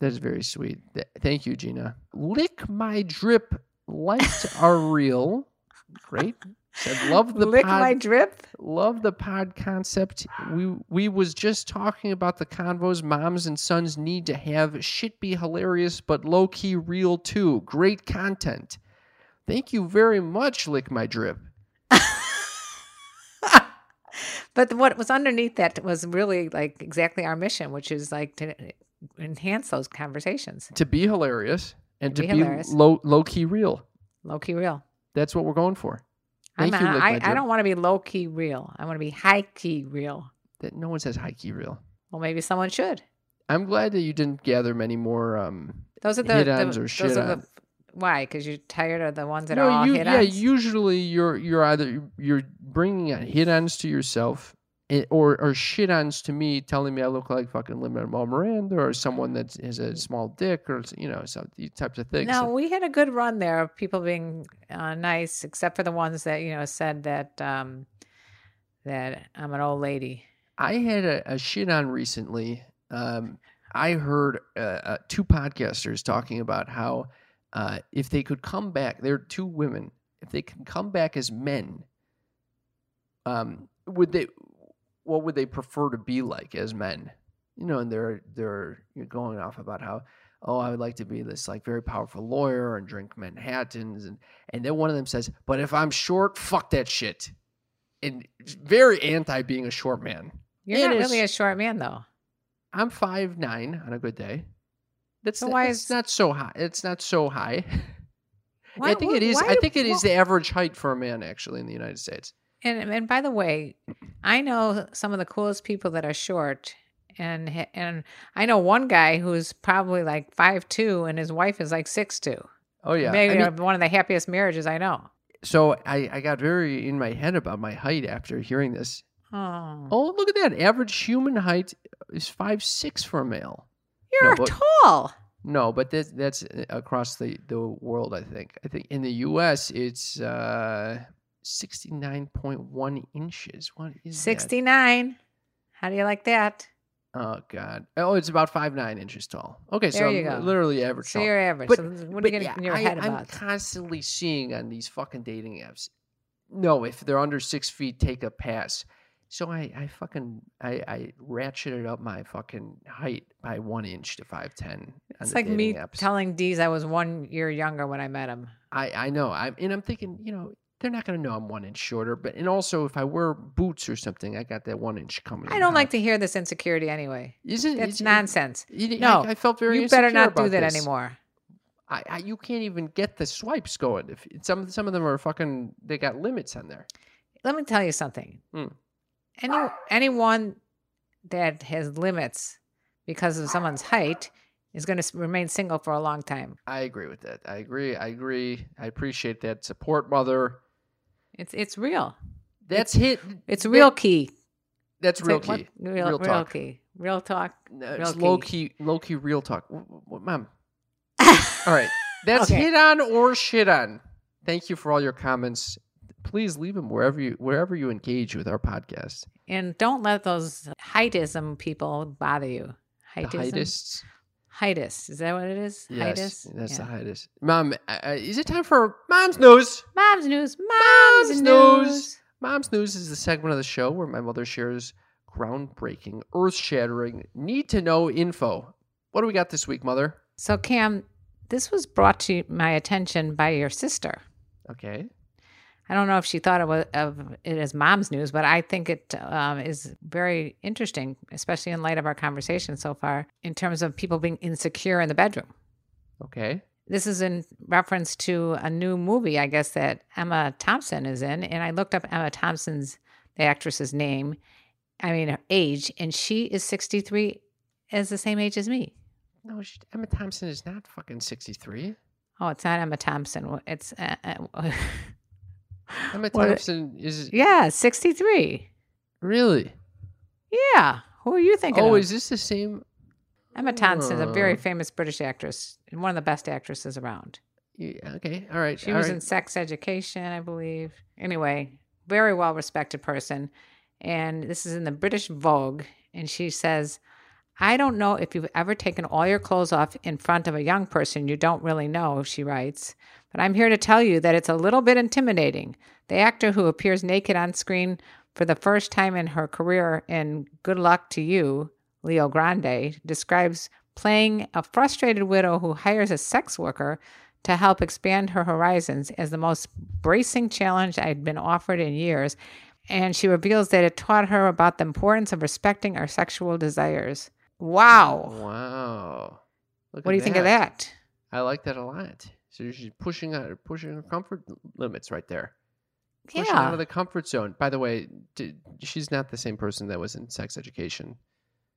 [SPEAKER 2] That is very sweet. Th- thank you, Gina. Lick my drip. Lights are real. Great. Said, love the
[SPEAKER 1] Lick
[SPEAKER 2] pod-
[SPEAKER 1] my drip.
[SPEAKER 2] Love the pod concept. We we was just talking about the convos moms and sons need to have. Shit be hilarious, but low key real too. Great content. Thank you very much, Lick My Drip.
[SPEAKER 1] but what was underneath that was really like exactly our mission, which is like to enhance those conversations.
[SPEAKER 2] To be hilarious and
[SPEAKER 1] To
[SPEAKER 2] to,
[SPEAKER 1] be
[SPEAKER 2] be,
[SPEAKER 1] hilarious.
[SPEAKER 2] low low key real.
[SPEAKER 1] Low key real.
[SPEAKER 2] That's what we're going for.
[SPEAKER 1] I'm,
[SPEAKER 2] Thank you, Lick My
[SPEAKER 1] I,
[SPEAKER 2] Drip.
[SPEAKER 1] I don't want to be low key real. I want to be high key real.
[SPEAKER 2] That no one says high key real.
[SPEAKER 1] Well, maybe someone should.
[SPEAKER 2] I'm glad that you didn't gather many more. Um,
[SPEAKER 1] Those are the,
[SPEAKER 2] Hit
[SPEAKER 1] the-
[SPEAKER 2] ons or
[SPEAKER 1] those
[SPEAKER 2] shit
[SPEAKER 1] are
[SPEAKER 2] on.
[SPEAKER 1] the why? Because you're tired of the ones that
[SPEAKER 2] no,
[SPEAKER 1] are all
[SPEAKER 2] you,
[SPEAKER 1] hit
[SPEAKER 2] yeah.
[SPEAKER 1] ons?
[SPEAKER 2] Usually, you're you're either you're bringing out hit ons to yourself, eh, or or shit ons to me, telling me I look like fucking Lin Manuel Miranda or someone that has
[SPEAKER 1] Mm.
[SPEAKER 2] a small dick or you know some these types of things.
[SPEAKER 1] No, we had a good run there of people being uh, nice, except for the ones that you know said that um, that I'm an old lady.
[SPEAKER 2] I had a, a shit on recently. Um, I heard uh, uh, two podcasters talking about how uh, if they could come back, they're two women. If they can come back as men, um, would they? What would they prefer to be like as men? You know, and they're they're you're going off about how oh I would like to be this like very powerful lawyer and drink Manhattans and and then one of them says, but if I'm short, fuck that shit, and very anti being a short man.
[SPEAKER 1] You're
[SPEAKER 2] It
[SPEAKER 1] not
[SPEAKER 2] is-
[SPEAKER 1] really a short man though.
[SPEAKER 2] I'm five nine on a good day. That's
[SPEAKER 1] So why
[SPEAKER 2] it's
[SPEAKER 1] is-
[SPEAKER 2] not so high. It's not so high.
[SPEAKER 1] Why-
[SPEAKER 2] I think
[SPEAKER 1] wh-
[SPEAKER 2] it is.
[SPEAKER 1] why
[SPEAKER 2] I
[SPEAKER 1] do-
[SPEAKER 2] think it
[SPEAKER 1] wh-
[SPEAKER 2] is the average height for a man actually in the United States.
[SPEAKER 1] And and by the way, I know some of the coolest people that are short, and ha- and I know one guy who's probably like five two, and his wife is like six two.
[SPEAKER 2] Oh yeah, I
[SPEAKER 1] Maybe
[SPEAKER 2] mean,
[SPEAKER 1] one of the happiest marriages I know.
[SPEAKER 2] So I, I got very in my head about my height after hearing this.
[SPEAKER 1] Oh,
[SPEAKER 2] Oh, look at that. Average human height is five six for a male.
[SPEAKER 1] you're
[SPEAKER 2] but-
[SPEAKER 1] tall.
[SPEAKER 2] No, but that's, that's uh, across the, the world, I think. I think in the US, it's uh, 69.1 inches. What is
[SPEAKER 1] Sixty nine. How do you like that?
[SPEAKER 2] that? Oh, God. Oh, it's about five nine inches tall. Okay, so
[SPEAKER 1] There you
[SPEAKER 2] I'm
[SPEAKER 1] go.
[SPEAKER 2] literally average
[SPEAKER 1] So
[SPEAKER 2] tall.
[SPEAKER 1] you're average.
[SPEAKER 2] But-
[SPEAKER 1] so what are
[SPEAKER 2] But
[SPEAKER 1] you
[SPEAKER 2] yeah,
[SPEAKER 1] getting in your
[SPEAKER 2] I,
[SPEAKER 1] head
[SPEAKER 2] I'm
[SPEAKER 1] about?
[SPEAKER 2] constantly seeing on these fucking dating apps. No, if they're under six feet, take a pass. So I, I fucking I, I ratcheted up my fucking height by one inch to five ten.
[SPEAKER 1] It's like me telling Dee's I was one year younger when I met him.
[SPEAKER 2] I I know. I'm and I'm thinking, you know, they're not gonna know I'm one inch shorter. But and also, if I wear boots or something, I got that one inch coming.
[SPEAKER 1] I don't like to hear this insecurity anyway.
[SPEAKER 2] Isn't
[SPEAKER 1] That's
[SPEAKER 2] it
[SPEAKER 1] nonsense.
[SPEAKER 2] no,
[SPEAKER 1] No,
[SPEAKER 2] I, I felt very.
[SPEAKER 1] You better
[SPEAKER 2] insecure
[SPEAKER 1] not do
[SPEAKER 2] about
[SPEAKER 1] that
[SPEAKER 2] this.
[SPEAKER 1] anymore.
[SPEAKER 2] I, I you can't even get the swipes going. If some some of them are fucking, they got limits on there.
[SPEAKER 1] Let me tell you something.
[SPEAKER 2] Mm.
[SPEAKER 1] Any anyone that has limits because of someone's height is going to remain single for a long time.
[SPEAKER 2] I agree with that. I agree. I agree. I appreciate that support, mother.
[SPEAKER 1] It's it's real.
[SPEAKER 2] That's hit.
[SPEAKER 1] It's
[SPEAKER 2] that-
[SPEAKER 1] real key.
[SPEAKER 2] That's
[SPEAKER 1] It's
[SPEAKER 2] real
[SPEAKER 1] like, what-
[SPEAKER 2] key.
[SPEAKER 1] Real,
[SPEAKER 2] Real
[SPEAKER 1] real,
[SPEAKER 2] talk.
[SPEAKER 1] key. Real talk.
[SPEAKER 2] No,
[SPEAKER 1] real
[SPEAKER 2] it's
[SPEAKER 1] key.
[SPEAKER 2] low key. Low key. Real talk. W- w- w- Mom. All right. That's
[SPEAKER 1] Okay.
[SPEAKER 2] hit on or shit on. Thank you for all your comments. Please leave them wherever you wherever you engage with our podcast.
[SPEAKER 1] And don't let those heightism people bother you.
[SPEAKER 2] The
[SPEAKER 1] Heightism.
[SPEAKER 2] heightists.
[SPEAKER 1] Heightis. Is that what it is?
[SPEAKER 2] Yes,
[SPEAKER 1] Heightis?
[SPEAKER 2] that's
[SPEAKER 1] Yeah.
[SPEAKER 2] the hiatus. Mom, uh, uh, is it time for mom's news?
[SPEAKER 1] Mom's news.
[SPEAKER 2] Mom's
[SPEAKER 1] Mom's,
[SPEAKER 2] news.
[SPEAKER 1] news.
[SPEAKER 2] Mom's News is the segment of the show where my mother shares groundbreaking, earth shattering, need to know info. What do we got this week, Mother?
[SPEAKER 1] So, Cam, this was brought to my attention by your sister.
[SPEAKER 2] Okay.
[SPEAKER 1] I don't know if she thought it was, of it as mom's news, but I think it um, is very interesting, especially in light of our conversation so far, in terms of people being insecure in the bedroom.
[SPEAKER 2] Okay.
[SPEAKER 1] This is in reference to a new movie, I guess, that Emma Thompson is in. And I looked up Emma Thompson's, the actress's name, I mean, her age, and she is 63, is the same age as me.
[SPEAKER 2] No, she, Emma Thompson is not fucking 63.
[SPEAKER 1] Oh, it's not Emma Thompson. It's, uh, uh,
[SPEAKER 2] Emma
[SPEAKER 1] What-
[SPEAKER 2] Thompson is
[SPEAKER 1] yeah, 63.
[SPEAKER 2] really.
[SPEAKER 1] Yeah. Who are you thinking
[SPEAKER 2] Oh,
[SPEAKER 1] of?
[SPEAKER 2] is this the same?
[SPEAKER 1] Emma Thompson is a very
[SPEAKER 2] Oh.
[SPEAKER 1] famous British actress and one of the best actresses around.
[SPEAKER 2] Yeah, okay. All right.
[SPEAKER 1] She
[SPEAKER 2] all
[SPEAKER 1] was
[SPEAKER 2] right.
[SPEAKER 1] in sex education, I believe. Anyway, very well respected person. And this is in the British Vogue. And she says, I don't know if you've ever taken all your clothes off in front of a young person you don't really know, she writes, but I'm here to tell you that it's a little bit intimidating. The actor who appears naked on screen for the first time in her career in Good Luck to You, Leo Grande, describes playing a frustrated widow who hires a sex worker to help expand her horizons as the most bracing challenge I'd been offered in years. And she reveals that it taught her about the importance of respecting our sexual desires. Wow.
[SPEAKER 2] Wow. Look
[SPEAKER 1] What
[SPEAKER 2] at
[SPEAKER 1] do you think of that?
[SPEAKER 2] I like that a lot. So she's pushing out, pushing her comfort limits right there. pushing out
[SPEAKER 1] Yeah.
[SPEAKER 2] of the comfort zone. By the way, d- she's not the same person that was in sex education.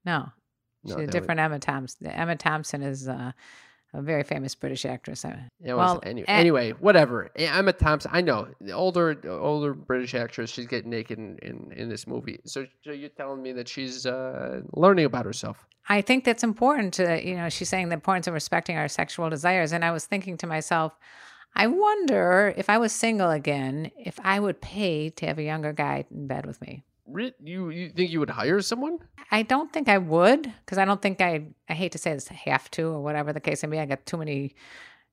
[SPEAKER 1] no, she's
[SPEAKER 2] that
[SPEAKER 1] a
[SPEAKER 2] was-
[SPEAKER 1] different Emma Thompson. Emma Thompson is uh, a very famous British actress. I-
[SPEAKER 2] It was,
[SPEAKER 1] well,
[SPEAKER 2] anyway,
[SPEAKER 1] eh.
[SPEAKER 2] anyway, whatever. Eh, Emma Thompson. I know the older, older British actress. She's getting naked in, in, in this movie. So, so you're telling me that she's uh, learning about herself.
[SPEAKER 1] I think that's important to, you know, she's saying the importance of respecting our sexual desires. And I was thinking to myself, I wonder if I was single again, if I would pay to have a younger guy in bed with me.
[SPEAKER 2] Re- You you think you would hire someone?
[SPEAKER 1] I don't think I would because I don't think I, I hate to say this, have to or whatever the case may be. I got too many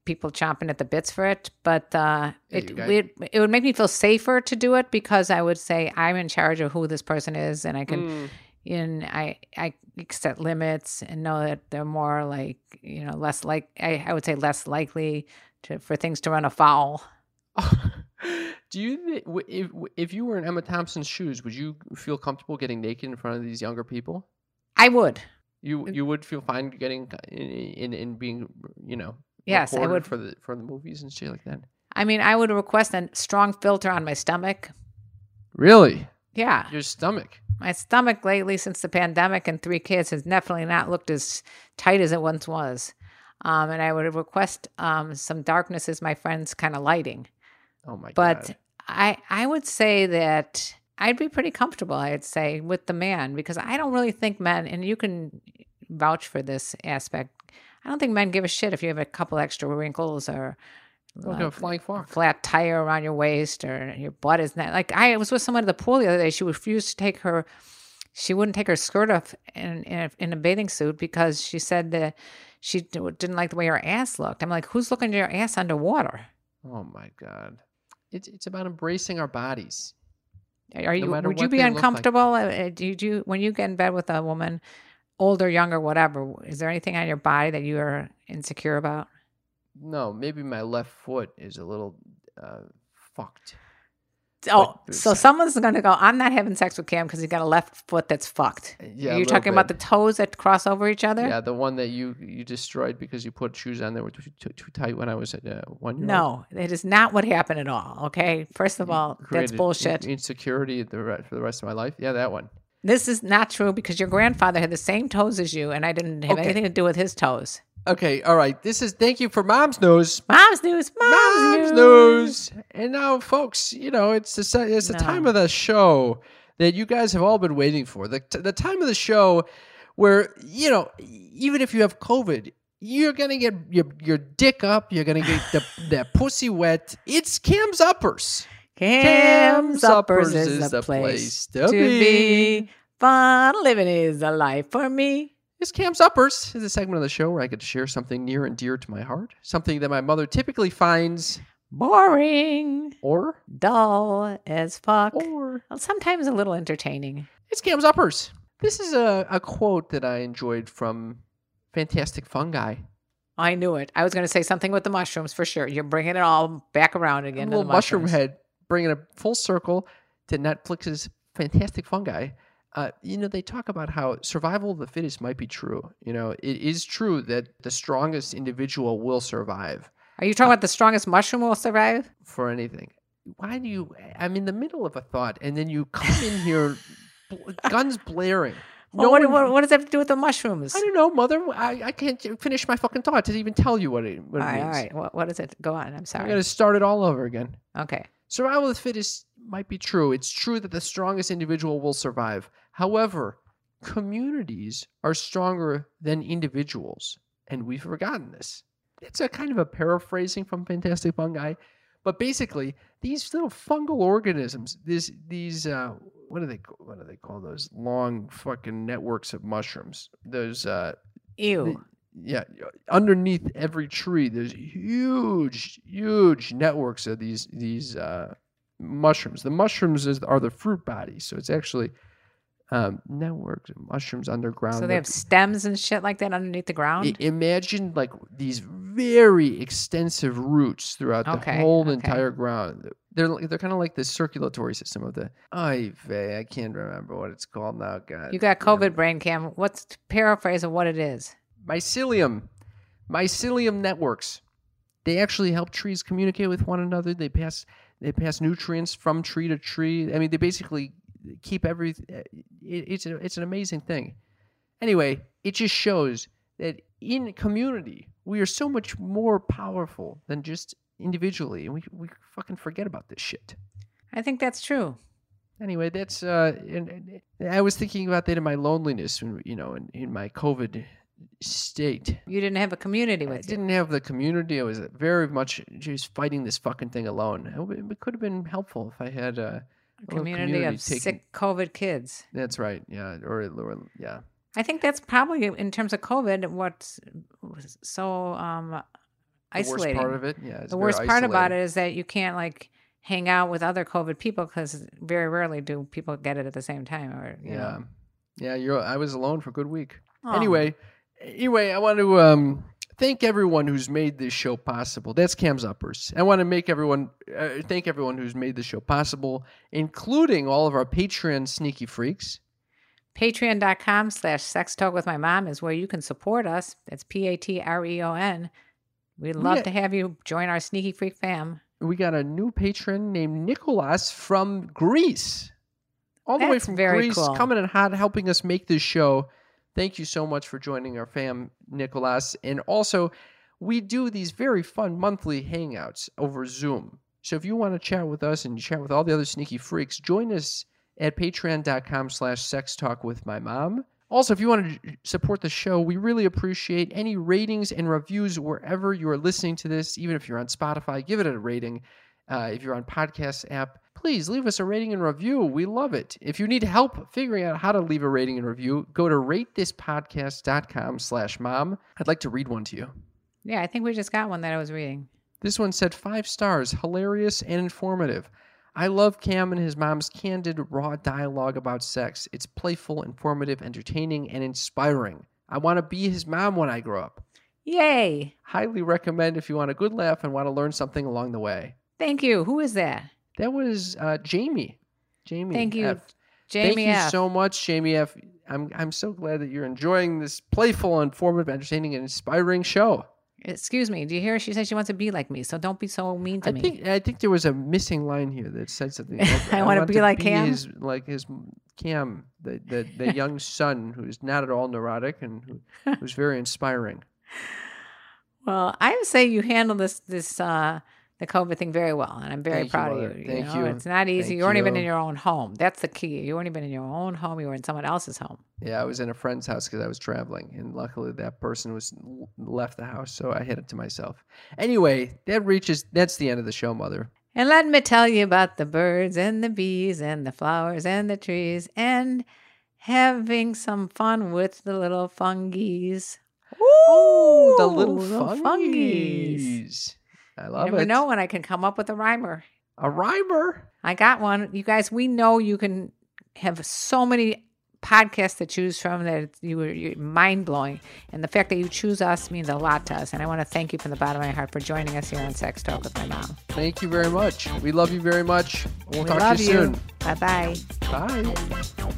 [SPEAKER 1] people chomping at the bits for it, but uh,
[SPEAKER 2] Hey,
[SPEAKER 1] it,
[SPEAKER 2] you guys-
[SPEAKER 1] it, it would make me feel safer to do it because I would say I'm in charge of who this person is and I can,
[SPEAKER 2] Mm,
[SPEAKER 1] and I, I set limits and know that they're more like, you know, less like, I, I would say less likely to, for things to run afoul.
[SPEAKER 2] Do you thi- w- if w- if you were in Emma Thompson's shoes, would you feel comfortable getting naked in front of these younger people?
[SPEAKER 1] I would.
[SPEAKER 2] You you would feel fine getting in in, in being you know
[SPEAKER 1] Yes, I
[SPEAKER 2] recorded
[SPEAKER 1] would.
[SPEAKER 2] for the for the movies and shit like that.
[SPEAKER 1] I mean, I would request a strong filter on my stomach.
[SPEAKER 2] Really,
[SPEAKER 1] Yeah.
[SPEAKER 2] your stomach.
[SPEAKER 1] My stomach lately, since the pandemic and three kids, has definitely not looked as tight as it once was. Um, and I would request um, some darkness as my friend's kind of lighting.
[SPEAKER 2] Oh my
[SPEAKER 1] but
[SPEAKER 2] god.
[SPEAKER 1] I I would say that I'd be pretty comfortable. I'd say with the man because I don't really think men, and you can vouch for this aspect. I don't think men give a shit if you have a couple extra wrinkles or
[SPEAKER 2] Well,
[SPEAKER 1] uh,
[SPEAKER 2] Oh, no, flying fox.
[SPEAKER 1] flat tire around your waist or your butt is not like I was with someone at the pool the other day. She refused to take her, she wouldn't take her skirt off in in a, in a bathing suit because she said that she d- didn't like the way her ass looked. I'm like, who's looking at your ass underwater?
[SPEAKER 2] Oh my god. It's it's about embracing our bodies.
[SPEAKER 1] Are you?
[SPEAKER 2] matter
[SPEAKER 1] would you
[SPEAKER 2] what
[SPEAKER 1] be
[SPEAKER 2] they look like.
[SPEAKER 1] uncomfortable? Uh, uh, Do you, do you- when you get in bed with a woman, older, younger, whatever? Is there anything on your body that you are insecure about?
[SPEAKER 2] No, maybe my left foot is a little uh, fucked.
[SPEAKER 1] Oh,
[SPEAKER 2] But-
[SPEAKER 1] so someone's going to go. I'm not having sex with Cam because he got a left foot that's fucked.
[SPEAKER 2] Uh, Yeah, a
[SPEAKER 1] you're
[SPEAKER 2] little
[SPEAKER 1] talking about the
[SPEAKER 2] bit.
[SPEAKER 1] toes that cross over each other.
[SPEAKER 2] Yeah, the one that you you destroyed because you put shoes on that were too, too, too tight when I was uh, one year old.
[SPEAKER 1] No, it is not what happened at all. Okay, first of all, that's
[SPEAKER 2] Created in-
[SPEAKER 1] bullshit.
[SPEAKER 2] insecurity the re- for the rest of my life. Yeah, that one.
[SPEAKER 1] This is not true because your grandfather had the same toes as you, and I didn't have
[SPEAKER 2] Okay.
[SPEAKER 1] anything to do with his toes.
[SPEAKER 2] Okay, all right. This is thank you for mom's news.
[SPEAKER 1] Mom's news. Mom's,
[SPEAKER 2] Mom's
[SPEAKER 1] news.
[SPEAKER 2] news. And now, folks, you know it's the se- it's the
[SPEAKER 1] No.
[SPEAKER 2] time of the show that you guys have all been waiting for. The the time of the show where you know even if you have COVID, you're gonna get your your dick up. You're gonna get the that pussy wet. It's Cam's uppers.
[SPEAKER 1] Cam's Uppers is, the place, to, be. Fun living is a life for me.
[SPEAKER 2] It's Cam's Uppers is a segment of the show where I get to share something near and dear to my heart, something that my mother typically finds
[SPEAKER 1] Boring,
[SPEAKER 2] or
[SPEAKER 1] dull as fuck.
[SPEAKER 2] or
[SPEAKER 1] Sometimes a little entertaining.
[SPEAKER 2] It's Cam's Uppers. This is a, a quote that I enjoyed from Fantastic Fungi.
[SPEAKER 1] I knew it. I was going to say something with the mushrooms for sure. You're bringing it all back around
[SPEAKER 2] A
[SPEAKER 1] again. to
[SPEAKER 2] little
[SPEAKER 1] the
[SPEAKER 2] mushroom
[SPEAKER 1] mushrooms.
[SPEAKER 2] head bringing it full circle to Netflix's Fantastic Fungi. Uh, you know, they talk about how survival of the fittest might be true. You know, it is true that the strongest individual will survive
[SPEAKER 1] Are you talking about the strongest mushroom will survive?
[SPEAKER 2] for anything. Why do you? I'm in the middle of a thought, and then you come in here, bl- guns blaring.
[SPEAKER 1] No what,
[SPEAKER 2] one-
[SPEAKER 1] what, what does that have to do with the mushrooms?
[SPEAKER 2] I don't know, mother. I, I can't finish my fucking thought to even tell you what it, what
[SPEAKER 1] All
[SPEAKER 2] it
[SPEAKER 1] right,
[SPEAKER 2] means.
[SPEAKER 1] all right. What, what is it? Go on. I'm
[SPEAKER 2] I'm
[SPEAKER 1] sorry.
[SPEAKER 2] going to start it all over again.
[SPEAKER 1] Okay.
[SPEAKER 2] Survival of the fittest might be true. It's true that the strongest individual will survive. However, communities are stronger than individuals, and we've forgotten this. It's a kind of a paraphrasing from Fantastic Fungi, but basically, these little fungal organisms, these these uh, what do they what do they call those long fucking networks of mushrooms? Those uh,
[SPEAKER 1] Ew.
[SPEAKER 2] yeah underneath every tree there's huge huge networks of these these uh, mushrooms the mushrooms is, are the fruit body so it's actually um, networks of mushrooms underground
[SPEAKER 1] So they have stems and shit like that underneath the ground?
[SPEAKER 2] I- imagine like these very extensive roots throughout
[SPEAKER 1] Okay,
[SPEAKER 2] the whole
[SPEAKER 1] okay.
[SPEAKER 2] entire ground. They're like- they're kind of like the circulatory system of the. I I can't remember what it's called now. God,
[SPEAKER 1] You got
[SPEAKER 2] damn it.
[SPEAKER 1] COVID brain cam. What's paraphrase of what it is?
[SPEAKER 2] mycelium mycelium networks they actually help trees communicate with one another they pass they pass nutrients from tree to tree i mean they basically keep every it, it's a, it's an amazing thing anyway it just shows that in community we are so much more powerful than just individually and we, we fucking forget about this shit
[SPEAKER 1] I think that's true.
[SPEAKER 2] anyway that's uh and, and i was thinking about that in my loneliness when you know in, in my covid state
[SPEAKER 1] You didn't have a community
[SPEAKER 2] I
[SPEAKER 1] with you.
[SPEAKER 2] didn't have the community. I was very much just fighting this fucking thing alone. It w- It could have been helpful if I had uh, a
[SPEAKER 1] A
[SPEAKER 2] little
[SPEAKER 1] community, of
[SPEAKER 2] taking-
[SPEAKER 1] sick COVID kids.
[SPEAKER 2] That's right. Yeah. Or, or- yeah.
[SPEAKER 1] I think that's probably in terms of COVID what's was so um isolating.
[SPEAKER 2] The worst part of it. Yeah. it's
[SPEAKER 1] the
[SPEAKER 2] very
[SPEAKER 1] worst part about
[SPEAKER 2] isolating.
[SPEAKER 1] it is that you can't like hang out with other COVID people because very rarely do people get it at the same time. Or you
[SPEAKER 2] Yeah.
[SPEAKER 1] know.
[SPEAKER 2] Yeah. You're. I was alone for a good week.
[SPEAKER 1] Aw.
[SPEAKER 2] Anyway. Anyway, I want to um thank everyone who's made this show possible. That's Cam's Uppers. I want to make everyone uh, thank everyone who's made the show possible, including all of our Patreon sneaky freaks.
[SPEAKER 1] Patreon.com slash sex talk with my mom is where you can support us. That's P A T R E O N. We'd love
[SPEAKER 2] Yeah.
[SPEAKER 1] to have you join our sneaky freak fam.
[SPEAKER 2] we got a new patron named Nicholas from Greece. All the way
[SPEAKER 1] That's
[SPEAKER 2] from
[SPEAKER 1] very
[SPEAKER 2] Greece,
[SPEAKER 1] cool.
[SPEAKER 2] coming and hot, helping us make this show. Thank you so much for joining our fam, Nicholas. And also, we do these very fun monthly hangouts over Zoom. So if you want to chat with us and chat with all the other sneaky freaks, join us at patreon.com slash sex talk with my mom. Also, if you want to support the show, we really appreciate any ratings and reviews wherever you are listening to this. Even if you're on Spotify, give it a rating. Uh, if you're on podcast app, please leave us a rating and review. We love it. If you need help figuring out how to leave a rating and review, go to ratethispodcast.com slash mom. I'd like to read one to you.
[SPEAKER 1] Yeah, I think we just got one that I was reading.
[SPEAKER 2] This one said five stars, hilarious and informative. I love Cam and his mom's candid, raw dialogue about sex. It's playful, informative, entertaining, and inspiring. I want to be his mom when I grow up.
[SPEAKER 1] Yay!
[SPEAKER 2] Highly recommend if you want a good laugh and want to learn something along the way.
[SPEAKER 1] Thank you. Who is that?
[SPEAKER 2] That was uh, Jamie. Jamie.
[SPEAKER 1] Thank you,
[SPEAKER 2] F.
[SPEAKER 1] Jamie
[SPEAKER 2] Thank you
[SPEAKER 1] F.
[SPEAKER 2] so much, Jamie F. I'm I'm so glad that you're enjoying this playful, informative, entertaining, and inspiring show.
[SPEAKER 1] Excuse me. Do you hear? She said she wants to be like me, so don't be so mean to
[SPEAKER 2] I
[SPEAKER 1] me.
[SPEAKER 2] think I think there was a missing line here that said something. like,
[SPEAKER 1] I wanna
[SPEAKER 2] want
[SPEAKER 1] be like Cam."
[SPEAKER 2] His, like his Cam, the the, the young son who's not at all neurotic and who, who's very inspiring.
[SPEAKER 1] Well, I would say you handled this this uh the COVID thing very well, and I'm
[SPEAKER 2] Thank
[SPEAKER 1] very
[SPEAKER 2] you,
[SPEAKER 1] proud
[SPEAKER 2] Mother.
[SPEAKER 1] of you. you
[SPEAKER 2] Thank
[SPEAKER 1] know?
[SPEAKER 2] you.
[SPEAKER 1] It's not easy.
[SPEAKER 2] Thank
[SPEAKER 1] you weren't even
[SPEAKER 2] you.
[SPEAKER 1] in your own home. That's the key. You weren't even in your own home. You were in someone else's home.
[SPEAKER 2] Yeah, I was in a friend's house because I was traveling, and luckily that person was left the house, so I had it to myself. Anyway, that reaches that's the end of the show, mother.
[SPEAKER 1] And let me tell you about the birds and the bees and the flowers and the trees and having some fun with the little fungies. Ooh,
[SPEAKER 2] the little
[SPEAKER 1] fungies.
[SPEAKER 2] fungies. I love
[SPEAKER 1] you never
[SPEAKER 2] it.
[SPEAKER 1] know when I can come up with a rhymer.
[SPEAKER 2] A rhymer.
[SPEAKER 1] I got one. You guys, we know you can have so many podcasts to choose from that it's- you were you're mind blowing. And the fact that you choose us means a lot to us. And I want to thank you from the bottom of my heart for joining us here on Sex Talk with my mom.
[SPEAKER 2] Thank you very much. We love you very much. We'll
[SPEAKER 1] we
[SPEAKER 2] talk
[SPEAKER 1] love
[SPEAKER 2] to you soon.
[SPEAKER 1] Bye bye.
[SPEAKER 2] Bye.